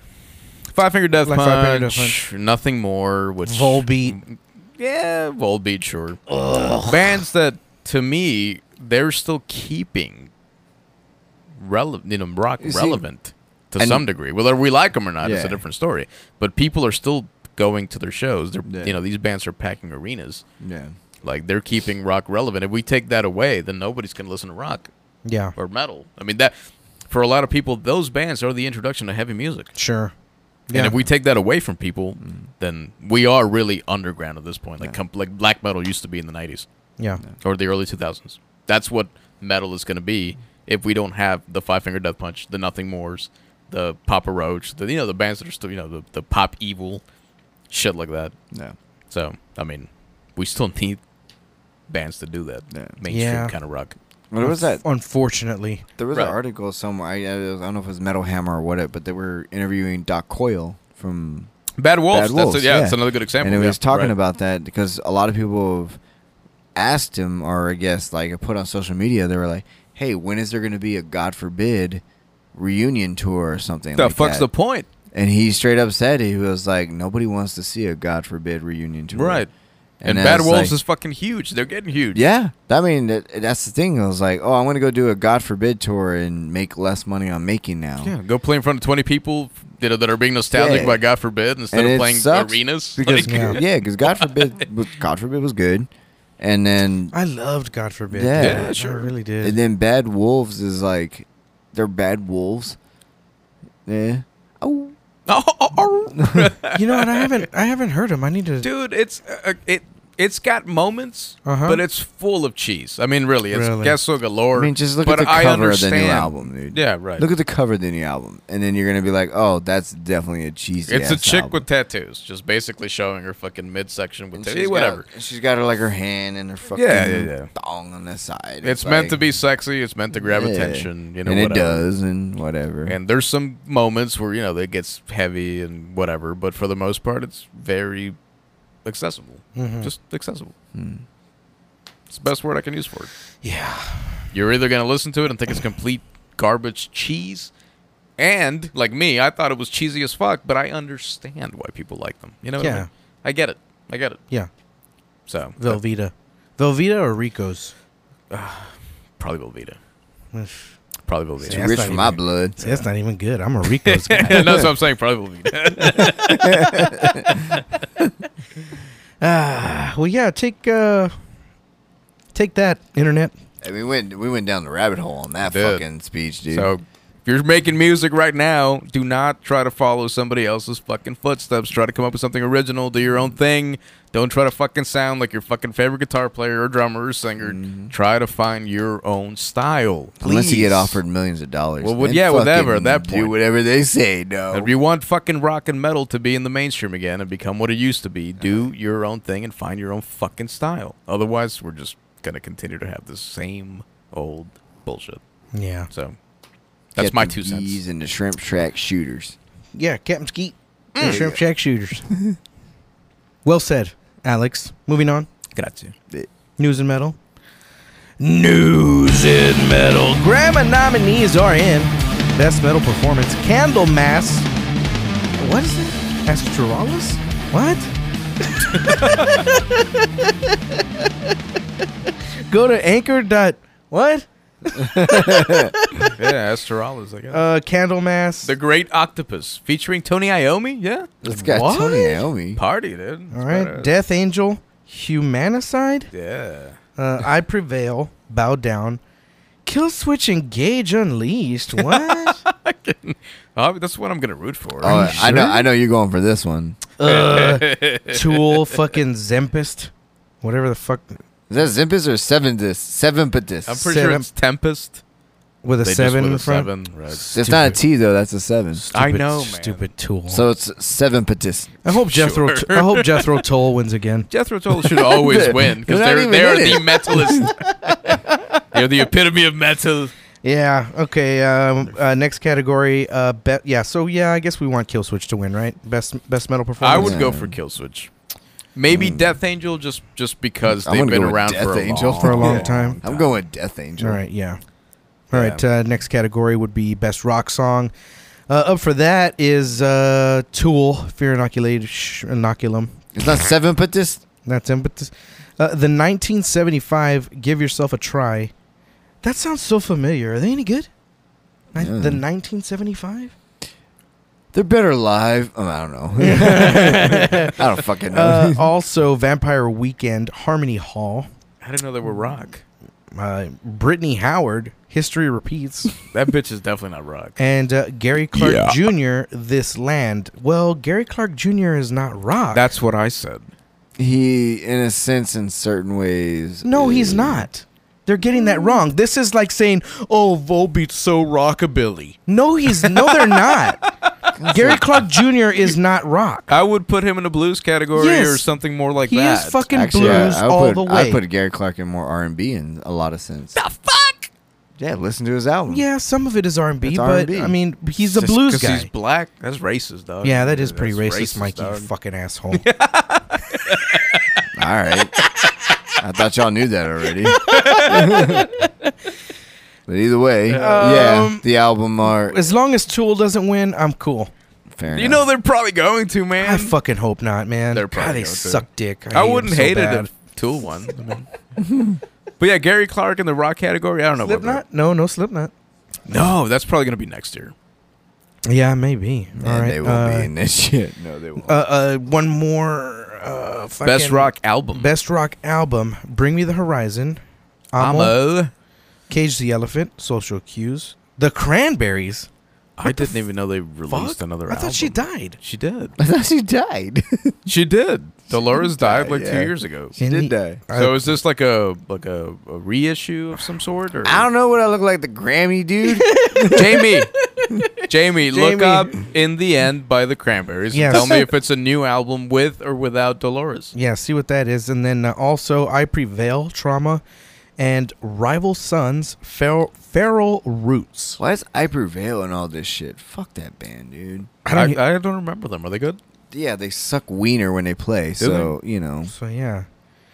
Five Finger Death Like Punch, Five Finger Death nothing more. Which Volbeat. Yeah, Volbeat, sure. Bands that, to me, they're still keeping relevant, you know, rock You see- relevant to and- some degree. Whether we like them or not is a Yeah. different story. But people are still going to their shows. They're, Yeah. you know, these bands are packing arenas. Yeah. Like they're keeping rock relevant. If we take that away, then nobody's gonna listen to rock Yeah. or metal. I mean that for a lot of people, those bands are the introduction to heavy music. Sure. And if we take that away from people, then we are really underground at this point. Like, com- like black metal used to be in the '90s yeah. or the early 2000s. That's what metal is going to be if we don't have the Five Finger Death Punch, the Nothing Mores, the Papa Roach, the you know the bands that are still you know the, the pop evil shit like that. No. So I mean, we still need bands to do that Yeah. mainstream Yeah. kind of rock. What was that? Unfortunately. There was Right. an article somewhere. I, I don't know if it was Metal Hammer or what, it, but they were interviewing Doc Coyle from Bad Wolves. Bad that's Wolves, it. Yeah, yeah. it's another good example. And it yeah, was talking right. about that because a lot of people have asked him, or I guess like put on social media, they were like, "Hey, when is there going to be a God forbid reunion tour or something?" the like fuck's that? the point, and he straight up said he was like, "Nobody wants to see a God forbid reunion tour." right? And, I Bad was Wolves like- is fucking huge. They're getting huge. yeah, I mean that, that's the thing. I was like, "Oh, I'm going to go do a God forbid tour and make less money on making now." Yeah, go play in front of 20 people you know, that are being nostalgic Yeah. by God forbid instead And of it playing sucks arenas. because Yeah. Like- yeah, because God forbid, was- God forbid was good, and then I loved God forbid. Yeah. Yeah, I sure. really And did. then Bad Wolves is like, they're bad wolves. Yeah. Oh. you know what? I haven't I haven't heard him. I need to oh, Dude, it's uh, it it's got moments, Uh-huh. but it's full of cheese. I mean, really, it's Really. guess so galore. I mean, just look but at the I cover of the understand. new album, dude. Yeah, right. Look at the cover of the new album, and then you're gonna be like, "Oh, that's definitely a cheesy." it's a ass chick album. with tattoos, just basically showing her fucking midsection with And tattoos. she's Whatever. Got, she's got her like her hand and her fucking Yeah, yeah, yeah. thong on the side. it's meant like- to be sexy. It's meant to grab Yeah. attention. You know, and it whatever. does, and whatever. And there's some moments where you know it gets heavy and whatever, but for the most part, it's very accessible. Mhm. Just accessible. Hmm. It's the best word I can use for it. Yeah. You're either gonna listen to it and think it's complete garbage cheese, and like me, I thought it was cheesy as fuck, but I understand why people like them. You know? What I, Yeah. mean? I get it. I get it. Yeah. So that- Velveeta. Velveeta or Rico's? probably Velveeta. Ugh. Probably Velveeta. It's Yeah, that's rich not for my even- blood. See, that's not even good. I'm a Rico's guy. Yeah, that's what I'm saying. Probably Velveeta. Ah, well, yeah. Take uh, take that, internet. And we went we went down the rabbit hole on that Dude. fucking speech, dude. So if you're making music right now, do not try to follow somebody else's fucking footsteps. Try to come up with something original. Do your own thing. Don't try to fucking sound like your fucking favorite guitar player or drummer or singer. Try to find your own style. Mm-hmm. Unless you please. get offered millions of dollars. Well, would- then yeah, whatever, fucking that point. Do whatever they say, no. If you want fucking rock and metal to be in the mainstream again and become what it used to Uh-huh. be, do your own thing and find your own fucking style. Otherwise, we're just gonna continue to have the same old bullshit. Yeah. So that's Get my the two cents. geese and the shrimp shack shooters. Yeah, Captain Skeet. and Shrimp Shack Shooters. well said, Alex. Moving on. Grazie. News and metal. News and metal. Grammy nominees are in Best Metal Performance, Candlemass. What is it? Astralis? What? Go to anchor. Dot, what? yeah, Astralis, I guess. Uh, Candlemass. The Great Octopus featuring Tony Iommi. Yeah, It's got What? Tony Naomi. party, dude. All right. Death Angel, Humanicide. yeah. Uh, I prevail. Bow down. Kill switch. Engage. Unleashed. What? Oh, that's what I'm gonna root for. Oh, you I know. sure? I know you're going for this one. uh, Tool. Fucking Zempist. Whatever the fuck. Is that Zimpus or Seven Dis? Seven Patis. I'm pretty sure Seven- it's Tempest. with a They just seven with in a front. seven, right? It's not a T though. That's a seven. I know, man. Stupid tool. So it's seven patis. I hope Jethro. Sure. I hope Jethro Toll wins again. Jethro Tull should always win because They're not they're even they're in the it. metalist. they're the epitome of metal. Yeah. Okay. Um, uh, next category. Uh, bet. Yeah. So yeah, I guess we want Kill Switch to win, right? Best best metal I performance. would go for Kill Switch. Maybe Death Angel just just because Hmm. I'm they've gonna been go with around Death for a Angel. long for a long time. I'm going with Death Angel. All right. Yeah. All right. Uh, next category would be best rock song. Uh, up for that is uh, Tool, Fear Inoculate, Sh- Inoculum. It's not seven patis. That's him. But this, uh, the 1975 "Give Yourself a Try." That sounds so familiar. Are they any good? Nin- Yeah. The 1975. They're better live. Oh, I don't know. I don't fucking know. Uh, also, Vampire Weekend, Harmony Hall, I didn't know they were rock. uh, Brittany Howard, History Repeats, That bitch is definitely not rock. and uh, Gary Clark Yeah. Jr. This Land. Well, Gary Clark Jr. is not rock. That's what I said. he, in a sense, in certain ways. no, he's is- not. They're getting that wrong. This is like saying, "Oh, Volbeat's so rockabilly." No, he's no, they're not. Gary Clark Jr. is not rock. I would put him in a blues category Yes. or something more like He that. is fucking Actually, I- blues I, would all put, the way. I put Gary Clark in more R and B in a lot of sense. The fuck? Yeah, listen to his album. yeah, some of it is R and B, It's but R&B. I mean, he's a Just blues 'cause guy. He's black. That's racist, dog. yeah, that is pretty That's racist, Mikey. dog. You fucking asshole. All right. I thought y'all knew that already. but either way, Um, yeah, the album art. as long as Tool doesn't win, I'm cool. Fair You know enough. they're probably going to, man. I fucking hope not, man. They're God, probably they going to. suck dick. I hate 'em wouldn't so hate bad. it if Tool won. I mean. but yeah, Gary Clark in the rock category. I don't know. about that. Slipknot? No, no Slipknot. No, that's probably gonna be next year. Yeah, maybe. Man, All right. they won't uh, be in this shit. No, they won't. uh, uh, one more. Uh, Best fucking- rock album. Best rock album: Bring Me the Horizon, Amo, Amo. Cage the Elephant, Social Cues, The Cranberries. I didn't even know they released Fuck. another I album. thought she died. She did. I thought she died. She did. Dolores died like yeah. two years ago. she Any- did die. So is this like a like a, a reissue of some sort or I don't know what I look like, the Grammy dude. Jamie. Jamie, look Jamie. up In the End by the Cranberries. and Yes. Tell me if it's a new album with or without Dolores. Yeah, see what that is. And then uh, also, I Prevail Trauma and Rival Sons Fer- Feral Roots. Why is I Prevail and all this shit? Fuck that band, dude. I don't I, he- I don't remember them. Are they good? Yeah, they suck wiener when they play. so you know, So, yeah.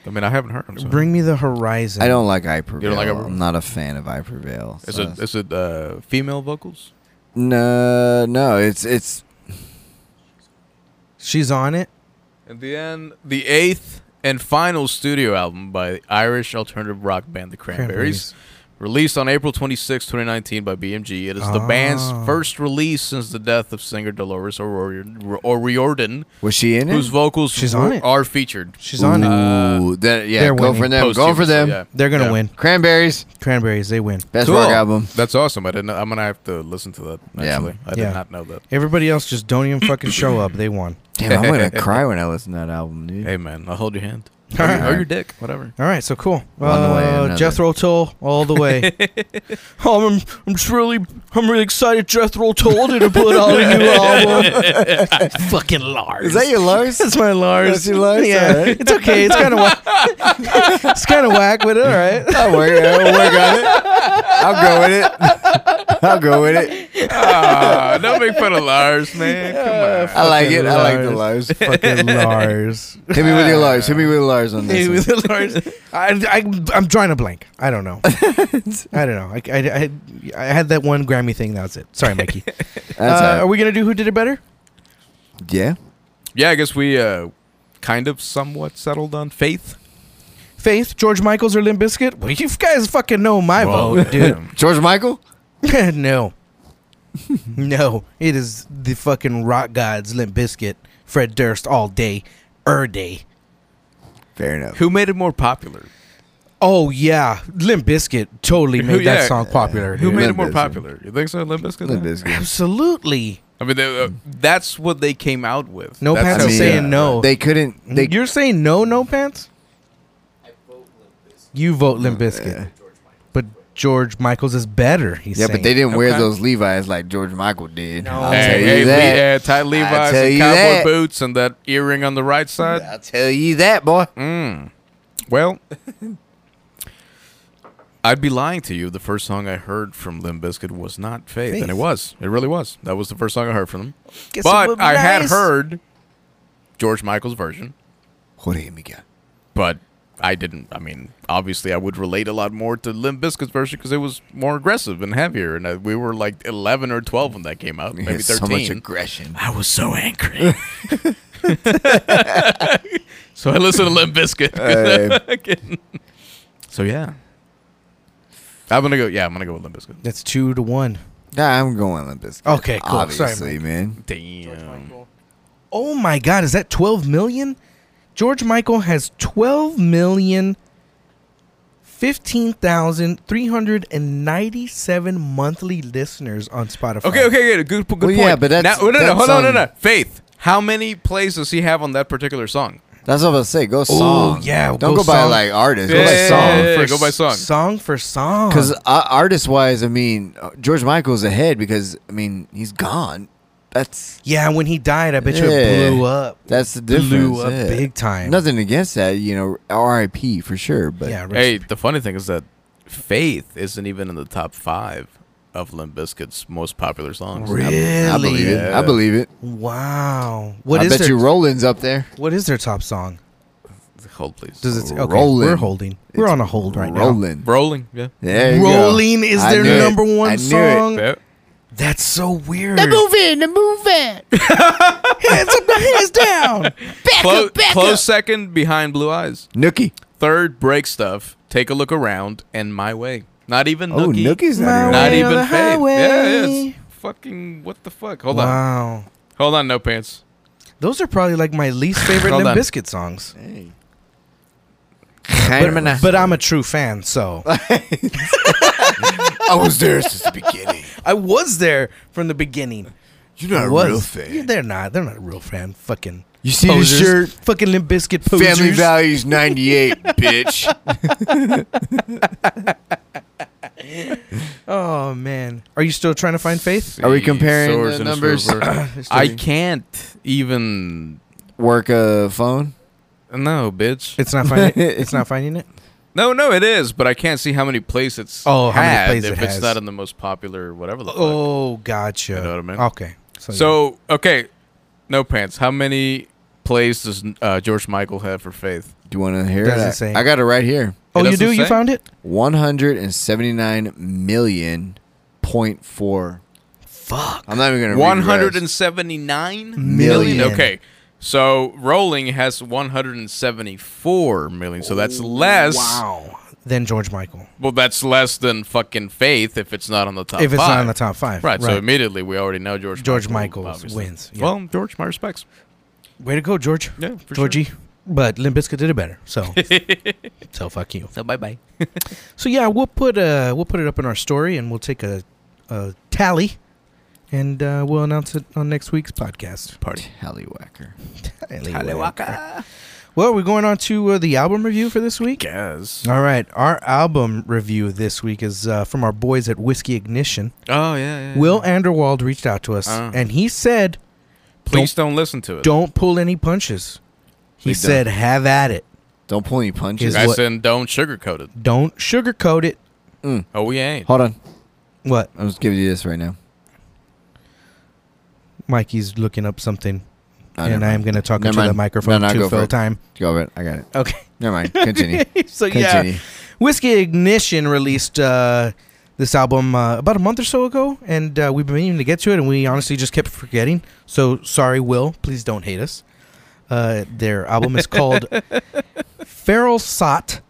I mean, I haven't heard them. So. Bring Me the Horizon. I don't like I Prevail. like I Prevail? I'm not a fan of I Prevail. Is so- it is it uh, female vocals? no, no, it's it's She's on it. In the end, the eighth and final studio album by the Irish alternative rock band The Cranberries, Cranberries. released on April 26, 2019 by BMG. It is the band's Ah. first release since the death of singer Dolores O'Riordan, O'Riordan was she in it? whose vocals She's were- on it. are featured. She's on it. Ooh, that, yeah, they're go for winning. them. Go for posthumously, them. yeah. They're going to Yeah. win. Cranberries, Cranberries, they win. best Cool. rock album. That's awesome. I didn't. Know, I'm gonna have to listen to that. Yeah. Actually, I Yeah. did not know that. Everybody else just don't even fucking show up. They won. Damn, I'm gonna cry when I listen to that album, dude. Hey man, I'll hold your hand. All Or right. your dick, whatever. All right, so cool. One way or Uh, another. Jethro Tull all the way. oh, I'm, I'm just really, I'm really excited. Jethro Tull did put out a new album. Fucking Lars. Is that your Lars? That's my Lars. That's your Lars? Yeah, All right. it's okay. It's kind of whack. it's kind of whack, but all right. I'll work, I'll work on it. I'll go with it. I'll go with it. Ah, don't make fun of Lars, man. Come on. I like it. I like the Lars. Hit Fucking Lars. me with your Lars. Hit me with Lars on this. Hey, one. with the Lars. I, I, I'm drawing a blank. I don't know. I don't know. I, I, I, I had that one Grammy thing. That was it. Sorry, Mikey. That's Uh, all Are right. we gonna do who did it better? Yeah. Yeah, I guess we uh, kind of somewhat settled on Faith. Faith, George Michaels, or Limp Bizkit? Well, you guys fucking know my vote, dude. George Michael. no. no. It is the fucking rock gods, Limp Bizkit, Fred Durst all day, er day. Fair enough. Who made it more popular? Oh, yeah. Limp Bizkit totally Who- made that yeah. song popular. Who dude. made Limp it more Bizkit. popular? You think so, Limp Bizkit? Limp Bizkit. Absolutely. I mean, they, uh, that's what they came out with. No that's pants how- I'm saying uh, no. They couldn't. They You're saying no, no pants? You vote Limp Bizkit. Yeah. But George Michael's is better. He's Yeah, saying. but they didn't wear Okay. those Levi's like George Michael did. I'll Hey, tell you hey, that. Le- uh, tight Levi's tell and you cowboy that. boots and that earring on the right side. I'll tell you that, boy. Mm. Well, I'd be lying to you. The first song I heard from Limp Bizkit was not Faith, and it Faith. was. It really was. That was the first song I heard from them. Guess it would but be I had nice. heard George Michael's version, What do you mean, God? but I didn't. I mean, obviously, I would relate a lot more to Limp Bizkit's version because it was more aggressive and heavier, and uh, we were like 11 or 12 when that came out, He maybe has 13. so much aggression. I was so angry. so I listened to Limp Bizkit. so yeah, I'm gonna go. Yeah, I'm gonna go with Limp Bizkit. That's two to one. Nah, I'm going Limp Bizkit. Okay, cool. Sorry, Obviously, Mike. man. Damn. Oh my God, is that 12 million? George Michael has 12 million. 15,397 monthly listeners on Spotify. Okay, okay, okay. Good, good Well, point. yeah, but that's- now, no, no, no, that's hold on, no, on- no. Faith, how many plays does he have on that particular song? That's what I was say. Go song. yeah, Don't go go, by song. like artist. Yeah, go by yeah, song. yeah, yeah. go by song. Song for song. Because uh, artist wise, I mean, uh, George Michael's ahead because I mean he's gone. That's yeah, when he died, I bet you Yeah. it blew up. that's the Blew difference. up yeah. big time. Nothing against that, you know. R.I.P. for sure. But yeah, rest- Hey, the funny thing is that Faith isn't even in the top five of Limp Bizkit's most popular songs. really? I believe it. I believe it. Wow. What I is bet their you Roland's up there. What is their top song? Hold please. Does it okay, Rolling. We're holding. We're It's on a hold right Roland. Rolling. Yeah. There now. you go. Rolling is I their knew it. number I one knew it. song. yeah. That's so weird. moving, the moving. hands up, hands down. Back Close, up, back close up. second behind Blue Eyes. Nookie. Third, Break Stuff. Take a look around and My Way. Not even Oh, Nookie. Nookie's not, My Not Way on even. even the Faith. Yeah, yeah, highway. it's fucking what the fuck. Hold on. wow. Hold on, no pants. Those are probably like my least favorite Hold Limp on. Bizkit songs. Criminal. But I'm a true fan, so I was there since the beginning. I was there from the beginning. You're not I a was. real Yeah, fan. they're not. They're not a real fan. Fucking You see this posers. shirt? Fucking Limp Bizkit posers. Family values 98, bitch. Oh man, are you still trying to find faith? Are we See, comparing swords the and numbers? swords. I can't even. Work a phone? No, bitch. It's not finding. It. It's not finding it. No, no, it is, but I can't see how many plays it's Oh, how many had plays if it it's has. not in the most popular whatever the fuck. Oh, gotcha. You know what I mean? Okay. So okay, no pants. How many plays does uh, George Michael have for Faith? Do you want to hear Doesn't it? I- say. I got it right here. yeah. oh, it you do? doesn't You say? found it? 179 million point four. Fuck. I'm not even gonna. read the One hundred rest. and seventy-nine Million. million. Okay, so Rolling has one hundred and seventy-four million. So that's less. Wow. Then George Michael. Well, that's less than fucking Faith if it's not on the top. if it's five. not in the top five, Right, so immediately we already know George. George Michael, Michaels obviously. wins, yeah. Well, George, my respects. way to go, George. Yeah, for Georgie. But Limp Bizkit did it better. So. so fuck you. So bye bye. So yeah, we'll put uh we'll put it up in our story and we'll take a, a tally, and uh, we'll announce it on next week's podcast. Party. Tallywhacker. Well, we're going on to uh, the album review for this week. Guess. All right, our album review this week is uh, from our boys at Whiskey Ignition. Oh yeah. yeah, yeah. Will Anderwald reached out to us, Ah. and he said, please don't, listen to it. "Don't pull any punches." He We don't. said, "Have at it. Don't pull any Is punches. Guys- As what- in, don't sugarcoat it. Don't sugarcoat it." Oh, we ain't. Mm. Hold on. What? I'm just giving you this right now. Mikey's looking up something, Oh, and never I mind. am going to talk Never into the mind. microphone No, no, to go for fill it. time. Go over it. I got it. Okay. Never mind. Continue. so yeah, Continue. Whiskey Ignition released uh, this album uh, about a month or so ago, and uh, we've been meaning to get to it, and we honestly just kept forgetting. So sorry, Will. Please don't hate us. Uh, their album is called Feral Sot.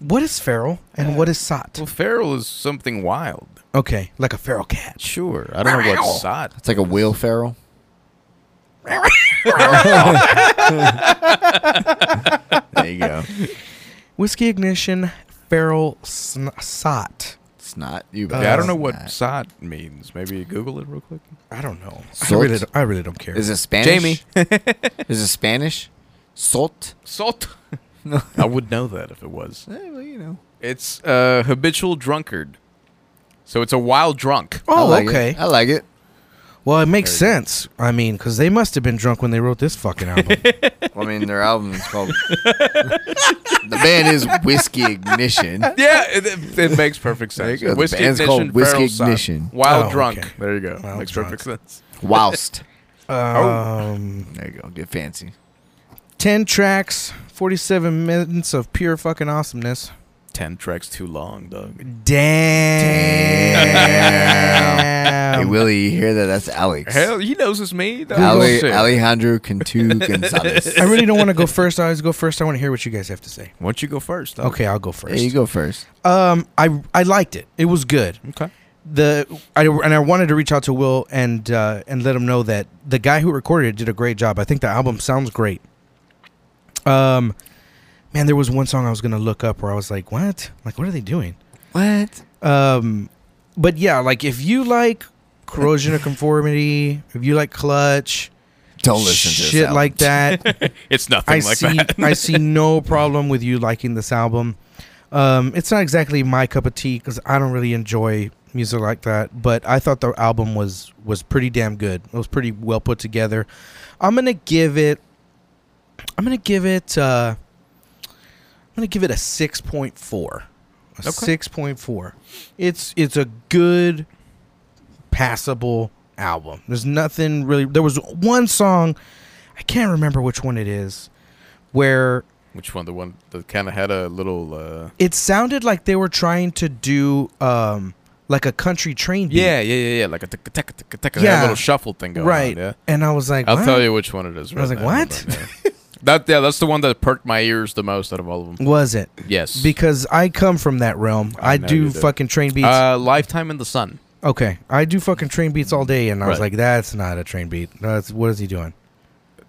What is feral and what is sot? Well, feral is something wild. Okay, like a feral cat. Sure. I don't know what sod. It's like a Will Ferrell. there you go. Whiskey Ignition Feral sn- Sot. It's not you. Uh, Yeah, I don't know what It's not. sod means. Maybe Google it real quick. I don't know. I Salt? really, don't, I really don't care. Is it Spanish? Jamie. Is it Spanish? Salt? Salt. No. I would know that if it was. Eh, well, you know. It's uh, habitual drunkard. So it's a wild drunk. I Oh, like it. okay. I like it. Well, it makes sense. I mean, because they must have been drunk when they wrote this fucking album. Well, I mean, their album is called. the band is Whiskey Ignition. Yeah, it, it, it makes perfect There you sense. go. The band's called Whiskey Feral Side. Ignition. Wild Oh, drunk. okay. There you go. Wild makes perfect sense. Whilst. Oh. um, There you go. Get fancy. ten tracks, forty-seven minutes of pure fucking awesomeness. Ten tracks too long, dog. Damn. Hey, Um, Willie, you hear that? That's Alex. Hell, he knows it's me. That Ale- was shit. Alejandro Cantu Gonzalez. I really don't want to go first. I always go first. I want to hear what you guys have to say. Why don't you go first? dog? Okay, I'll go Oh. There first. you go first. Um, I I liked it. It was good. Okay. The I and I wanted to reach out to Will and uh, and let him know that the guy who recorded it did a great job. I think the album sounds great. Um, man, there was one song I was gonna look up where I was like, what? Like, what are they doing? What? Um, but yeah, like if you like Corrosion of Conformity, if you like Clutch, Don't listen to shit this album. like that, It's nothing I like see that. I see no problem with you liking this album. Um, it's not exactly my cup of tea because I don't really enjoy music like that. But I thought the album was was pretty damn good. It was pretty well put together. I'm gonna give it. I'm gonna give it. Uh, I'm gonna give it a six point four. A Okay. six point four. It's it's a good, passable album. There's nothing really. There was one song, I can't remember which one it is, where Which one? The one that kind of had a little. Uh, it sounded like they were trying to do um like a country train beat. yeah, yeah, yeah, yeah. Like a ticka ticka ticka ticka. Yeah. Yeah. little shuffle thing going right. on. Yeah. And I was like, I'll what? tell you which one it is. I was like, right now, what? but, yeah. that yeah, that's the one that perked my ears the most out of all of them. Was it Yes. Mm, because I come from that realm? I, I know do you do. fucking train beats. uh, Lifetime in the Sun. okay, I do fucking train beats all day, and I was Right. like, that's not a train beat. That's what is he doing?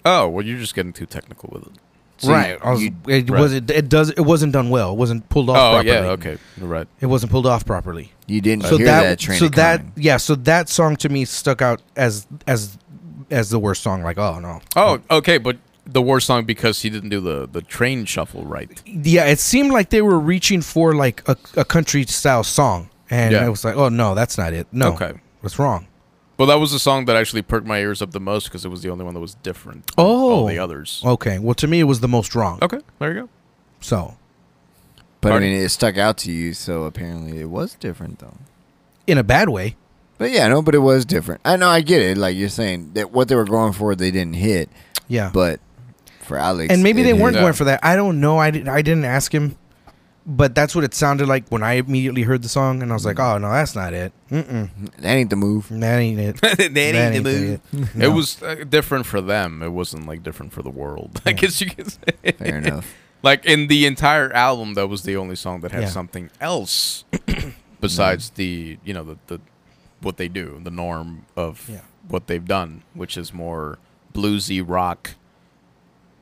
Oh well, you're just getting too technical with it. So right. I was, you- it right. was it, it does it wasn't done well. It wasn't pulled off. Oh properly. yeah, okay, you're right. It wasn't pulled off properly. You didn't so hear that, that, train. so that coming. yeah so that song to me stuck out as as as the worst song like oh no Oh okay, but the war song because he didn't do the the train shuffle right. yeah it seemed like they were reaching for like a, a country style song and Yeah. it was like oh no that's not it no Okay. what's wrong Well, that was the song that actually perked my ears up the most because it was the only one that was different. than all Oh. the others. okay well to me it was the most wrong Okay, there you go. so but I Pardon? mean, it stuck out to you, so apparently it was different, though. in a bad way But yeah, no, but it was different. I know, I get it. Like you're saying that what they were going for, they didn't hit. yeah But for Alex, and maybe it they hit. weren't Yeah. going for that i don't know i didn't i didn't ask him but that's what it sounded like when i immediately heard the song and i was like Mm. oh no that's not it Mm-mm. That ain't the move. that ain't it That ain't it. It was uh, different for them. It wasn't like different for the world. I guess you could say. Fair enough. Like in the entire album, that was the only song that had Yeah. something else besides the you know the, the what they do, the norm of Yeah. what they've done, which is more bluesy rock,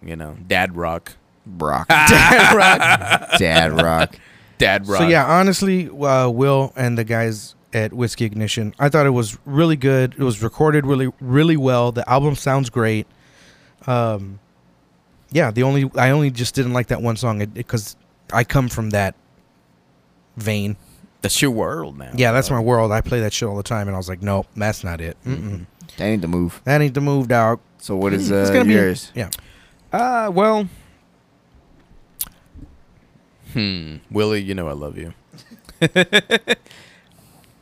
you know, dad rock, Brock. Dad rock. Dad rock. dad rock. So yeah, honestly, uh, Will and the guys at Whiskey Ignition, I thought it was really good. It was recorded really, really well. The album sounds great. Um, yeah, the only I only just didn't like that one song because I come from that vein. that's your world now. Yeah, that's my world. I play that shit all the time, and I was like, nope, that's not it. Mm-mm. That ain't the move. That ain't the move, dog. So what is It's uh, gonna be- yours? Yeah, Ah, well. Hmm. Willie, you know I love you.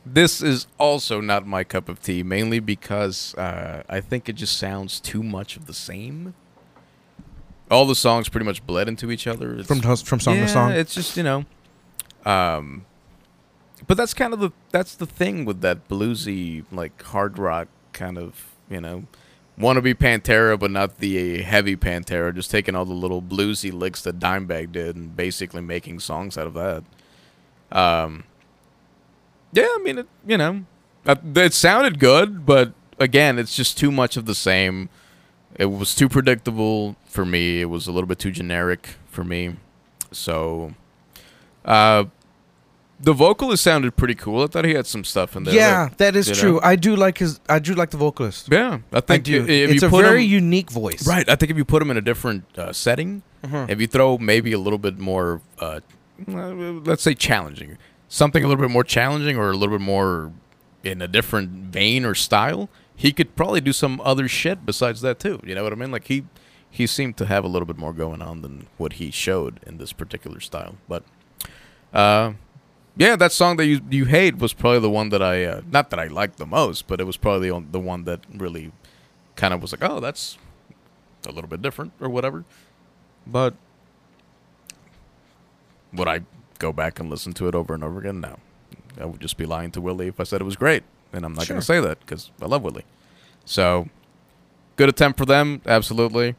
this is also not my cup of tea, mainly because uh, I think it just sounds too much of the same. All the songs pretty much bled into each other. It's, from from song yeah, to song. It's just, you know. Um but that's kind of the that's the thing with that bluesy like hard rock kind of, you know, want to be Pantera but not the heavy Pantera, just taking all the little bluesy licks that Dimebag did and basically making songs out of that. Um Yeah, I mean, it, you know, uh, it sounded good, but again, it's just too much of the same. It was too predictable for me. It was a little bit too generic for me. So, uh, the vocalist sounded pretty cool. I thought he had some stuff in there. yeah, that is you know? true. I do like his. I do like the vocalist. that- yeah. I I think do. i- If it's you a put very him, unique voice. right. I think if you put him in a different uh, setting, Mhm. if you throw maybe a little bit more uh, uh, let's say challenging, something a little bit more challenging or a little bit more in a different vein or style, he could probably do some other shit besides that too. You know what I mean? Like he he seemed to have a little bit more going on than what he showed in this particular style. But uh, yeah, that song that you you hate was probably the one that I uh, not that I liked the most, but it was probably the on- the one that really kind of was like, oh, that's a little bit different or whatever. But would I go back and listen to it over and over again? No. I would just be lying to Willie if I said it was great. And I'm not going to say that because I love Willie. So, good attempt for them. Absolutely.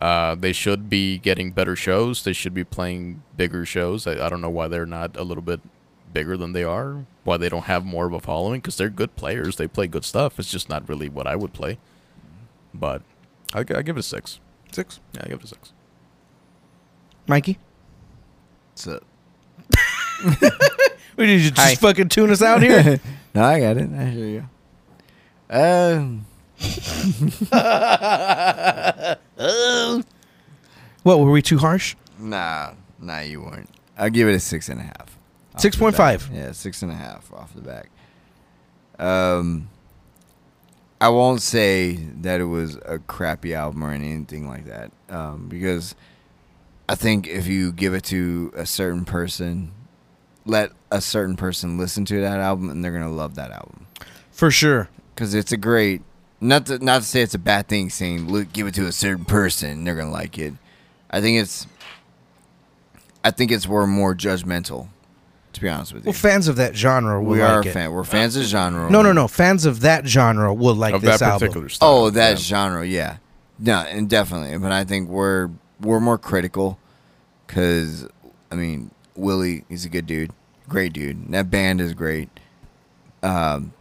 Uh, they should be getting better shows. They should be playing bigger shows. I, I don't know why they're not a little bit bigger than they are, why they don't have more of a following because they're good players. They play good stuff. It's just not really what I would play. But I, I give it a six. Six. Yeah, I give it a six. Mikey, What's up? what, did you just Hi. fucking tune us out here? No, I got it. I hear you. Um, what were we too harsh? nah, nah, you weren't. I'll give it a six and a half. off Six the point back. five. Yeah, six and a half off the back. Um, I won't say that it was a crappy album or anything like that, um, because I think if you give it to a certain person, let a certain person listen to that album, and they're gonna love that album. For sure. because it's a great not to not to say it's a bad thing saying look give it to a certain person and they're gonna like it i think it's i think it's we're more judgmental to be honest with you Well, fans of that genre will we like are it. fan we're fans of genre No, no, no. Fans of that genre will like of this that album. particular style. oh that yeah. genre yeah no and definitely but i think we're we're more critical because i mean willie he's a good dude great dude and that band is great um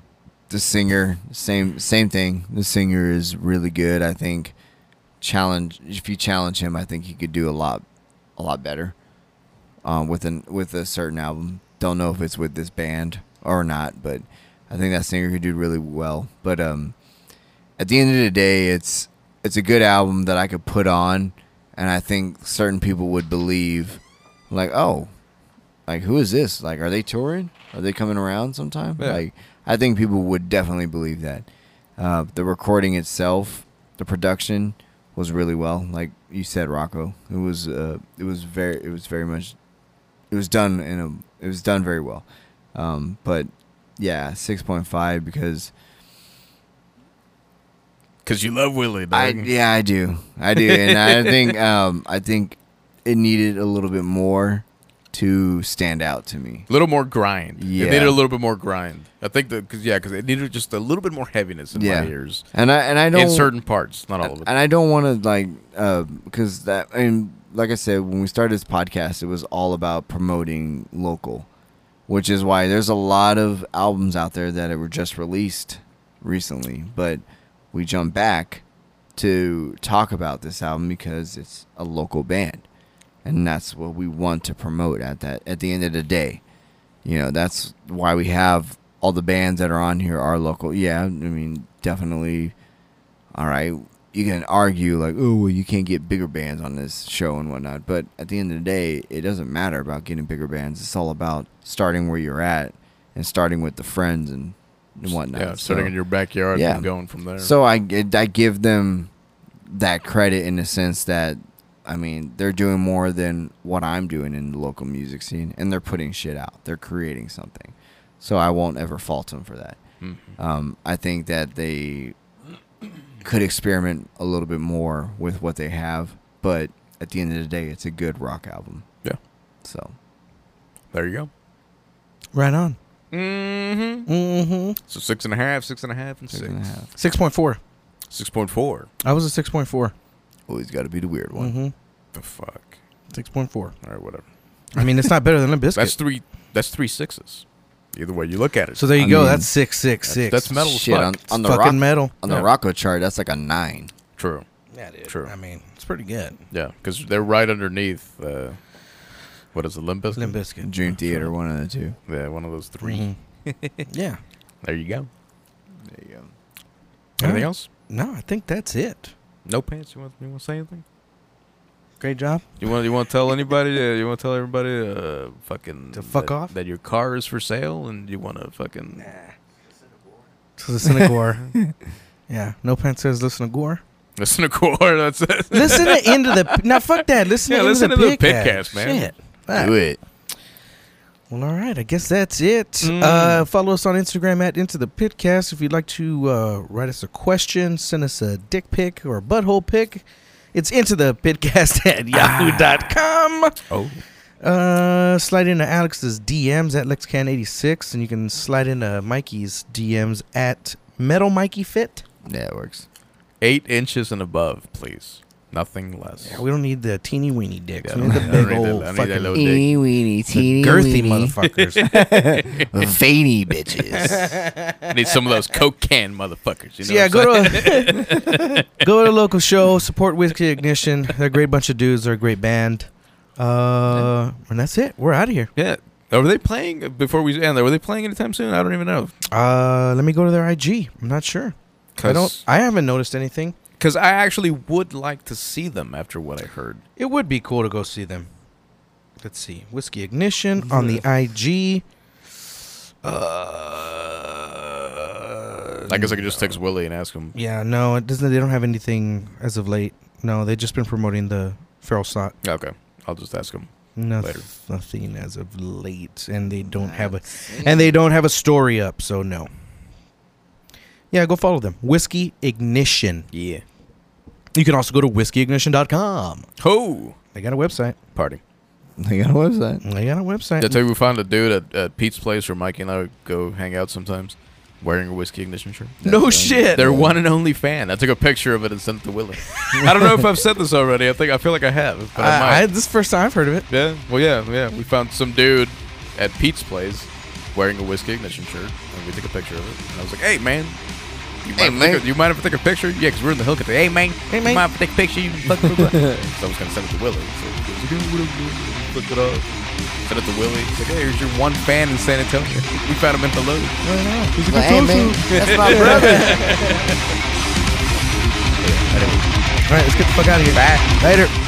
the singer same same thing the singer is really good i think challenge if you challenge him i think he could do a lot a lot better um with an with a certain album don't know if it's with this band or not but i think that singer could do really well but um at the end of the day it's it's a good album that i could put on and i think certain people would believe like oh like who is this like are they touring are they coming around sometime Yeah. like i think people would definitely believe that uh, the recording itself the production was really well like you said rocco it was uh, it was very it was very much it was done in a it was done very well um, but yeah 6.5 because Because you love Willie, dog. I yeah, I do, I do, and I think um, I think it needed a little bit more to stand out to me. A little more grind. Yeah. It needed a little bit more grind. I think that, cause, yeah, because it needed just a little bit more heaviness in Yeah. my ears. And I and I don't In certain parts, not all of it. And I don't want to like uh, because that and like I said when we started this podcast, it was all about promoting local, which is why there's a lot of albums out there that were just released recently, but we jump back to talk about this album because it's a local band, and that's what we want to promote at that at the end of the day. You know, that's why we have all the bands that are on here are local. Yeah, I mean, definitely all right, you can argue like, oh, well, you can't get bigger bands on this show and whatnot. But at the end of the day, it doesn't matter about getting bigger bands. It's all about starting where you're at and starting with the friends and and whatnot. yeah, starting So- in your backyard Yeah. and going from there. so I, gi- I give them that credit in the sense that, I mean, they're doing more than what I'm doing in the local music scene, and they're putting shit out. They're creating something. So I won't ever fault them for that. Mhm. Um, I think that they could experiment a little bit more with what they have, but at the end of the day, it's a good rock album. Yeah. So there you go. Right on. Mm-hmm. Mm-hmm. So six and a half, six and a half, and six six. and a half. Six point four. Six point four. I was a six point four. Always got to Oh, be the weird one. Mm-hmm. The fuck. Six point four. All right, whatever. I mean, it's not better than a biscuit. That's three. That's three sixes. Either way you look at it. so there you I go. mean, that's six six that's, six. that's metal as Shit fuck. on, on the fucking rock metal. on the Yeah. Rocco chart, that's like a nine. True. Yeah, dude. True. I mean, it's pretty good. Yeah, because they're right underneath. Uh, what is it, Limp Bizkit? Limp Mm-hmm. Biscuit. Dream Theater, one of the two. Yeah, one of those 3 yeah. There you go. There you go. Anything Alright. else? No, I think that's it. No pants. You want? You want to say anything? Great job. You want you want to tell anybody? Uh, you want to tell everybody? Uh, fucking To fuck that- off? that your car is for sale, and you want to fucking To listen to Gore. yeah. No pen says listen to Gore. listen to core. That's it. Listen to Into the. Now, fuck that. Listen Yeah, to listen Into to the, the Pigcast. Pigcast, man. Shit. Do it. Well, all right. I guess that's it. Mm. Uh, follow us on Instagram at Into the Pitcast. If you'd like to uh, write us a question, send us a dick pic or a butthole pic, it's into the pitcast at Ah. yahoo.com. Oh, Uh, slide into Alex's DMs at LexCan86, and you can slide into Mikey's DMs at Metal Mikey Fit. Yeah, it works. eight inches and above, please. Nothing less. Yeah, we don't need the teeny weeny dicks. Yeah, we need the I big need that- old I need that fucking little dick. Eeny weeny teeny girthy weeny, motherfuckers. veiny bitches. I need some of those coke can motherfuckers. You know So yeah, what I'm go to go to a local show. Support Whiskey Ignition. They're a great bunch of dudes. They're a great band. Uh, and that's it. We're out of here. saying? Yeah. Are they playing before we end? Were they playing anytime soon? I don't even know. Uh, let me go to their IG. I'm not sure. I don't. Cause, I haven't noticed anything. 'cause I actually would like to see them after what I heard. It would be cool to go see them. Let's see. Whiskey Ignition on the IG. Uh, I guess I could just text Willie and ask him. Yeah, no, it doesn't. They don't have anything as of late. No, they've just been promoting the Feral Slot. Okay, I'll just ask him. Later. Nothing, nothing as of late, and they don't have a and they don't have a story up, so no. Yeah, go follow them. Whiskey Ignition. Yeah. You can also go to whiskeyignition.com. Ho! They got a website. Party. They got a website. They got a website. That's how we found a dude at, at Pete's place where Mikey and I would go hang out sometimes, wearing a whiskey ignition shirt. No That's shit. right. Their one and only fan. I took a picture of it and sent it to Willie. I don't know if I've said this already. I think I feel like I have. But I, I, I, might. this is the first time I've heard of it. yeah. Well, yeah, yeah. We found some dude at Pete's place wearing a whiskey ignition shirt, and we took a picture of it. And I was like, "Hey, man." You Hey, mind if I take man. a- you mind if I take a picture? Yeah, because we're in the hill country. Hey, man. Hey, man. Mind if I take a picture? You fucking blah, blah. So I was going to send it to Willie. So he goes, "Okay, whatever, whatever." Looked it up. Sent it to Willie. He's like, hey, here's your one fan in San Antonio. We found him in Hello. He's like, hey, man, that's my brother. All right, let's get the fuck out of here. Later.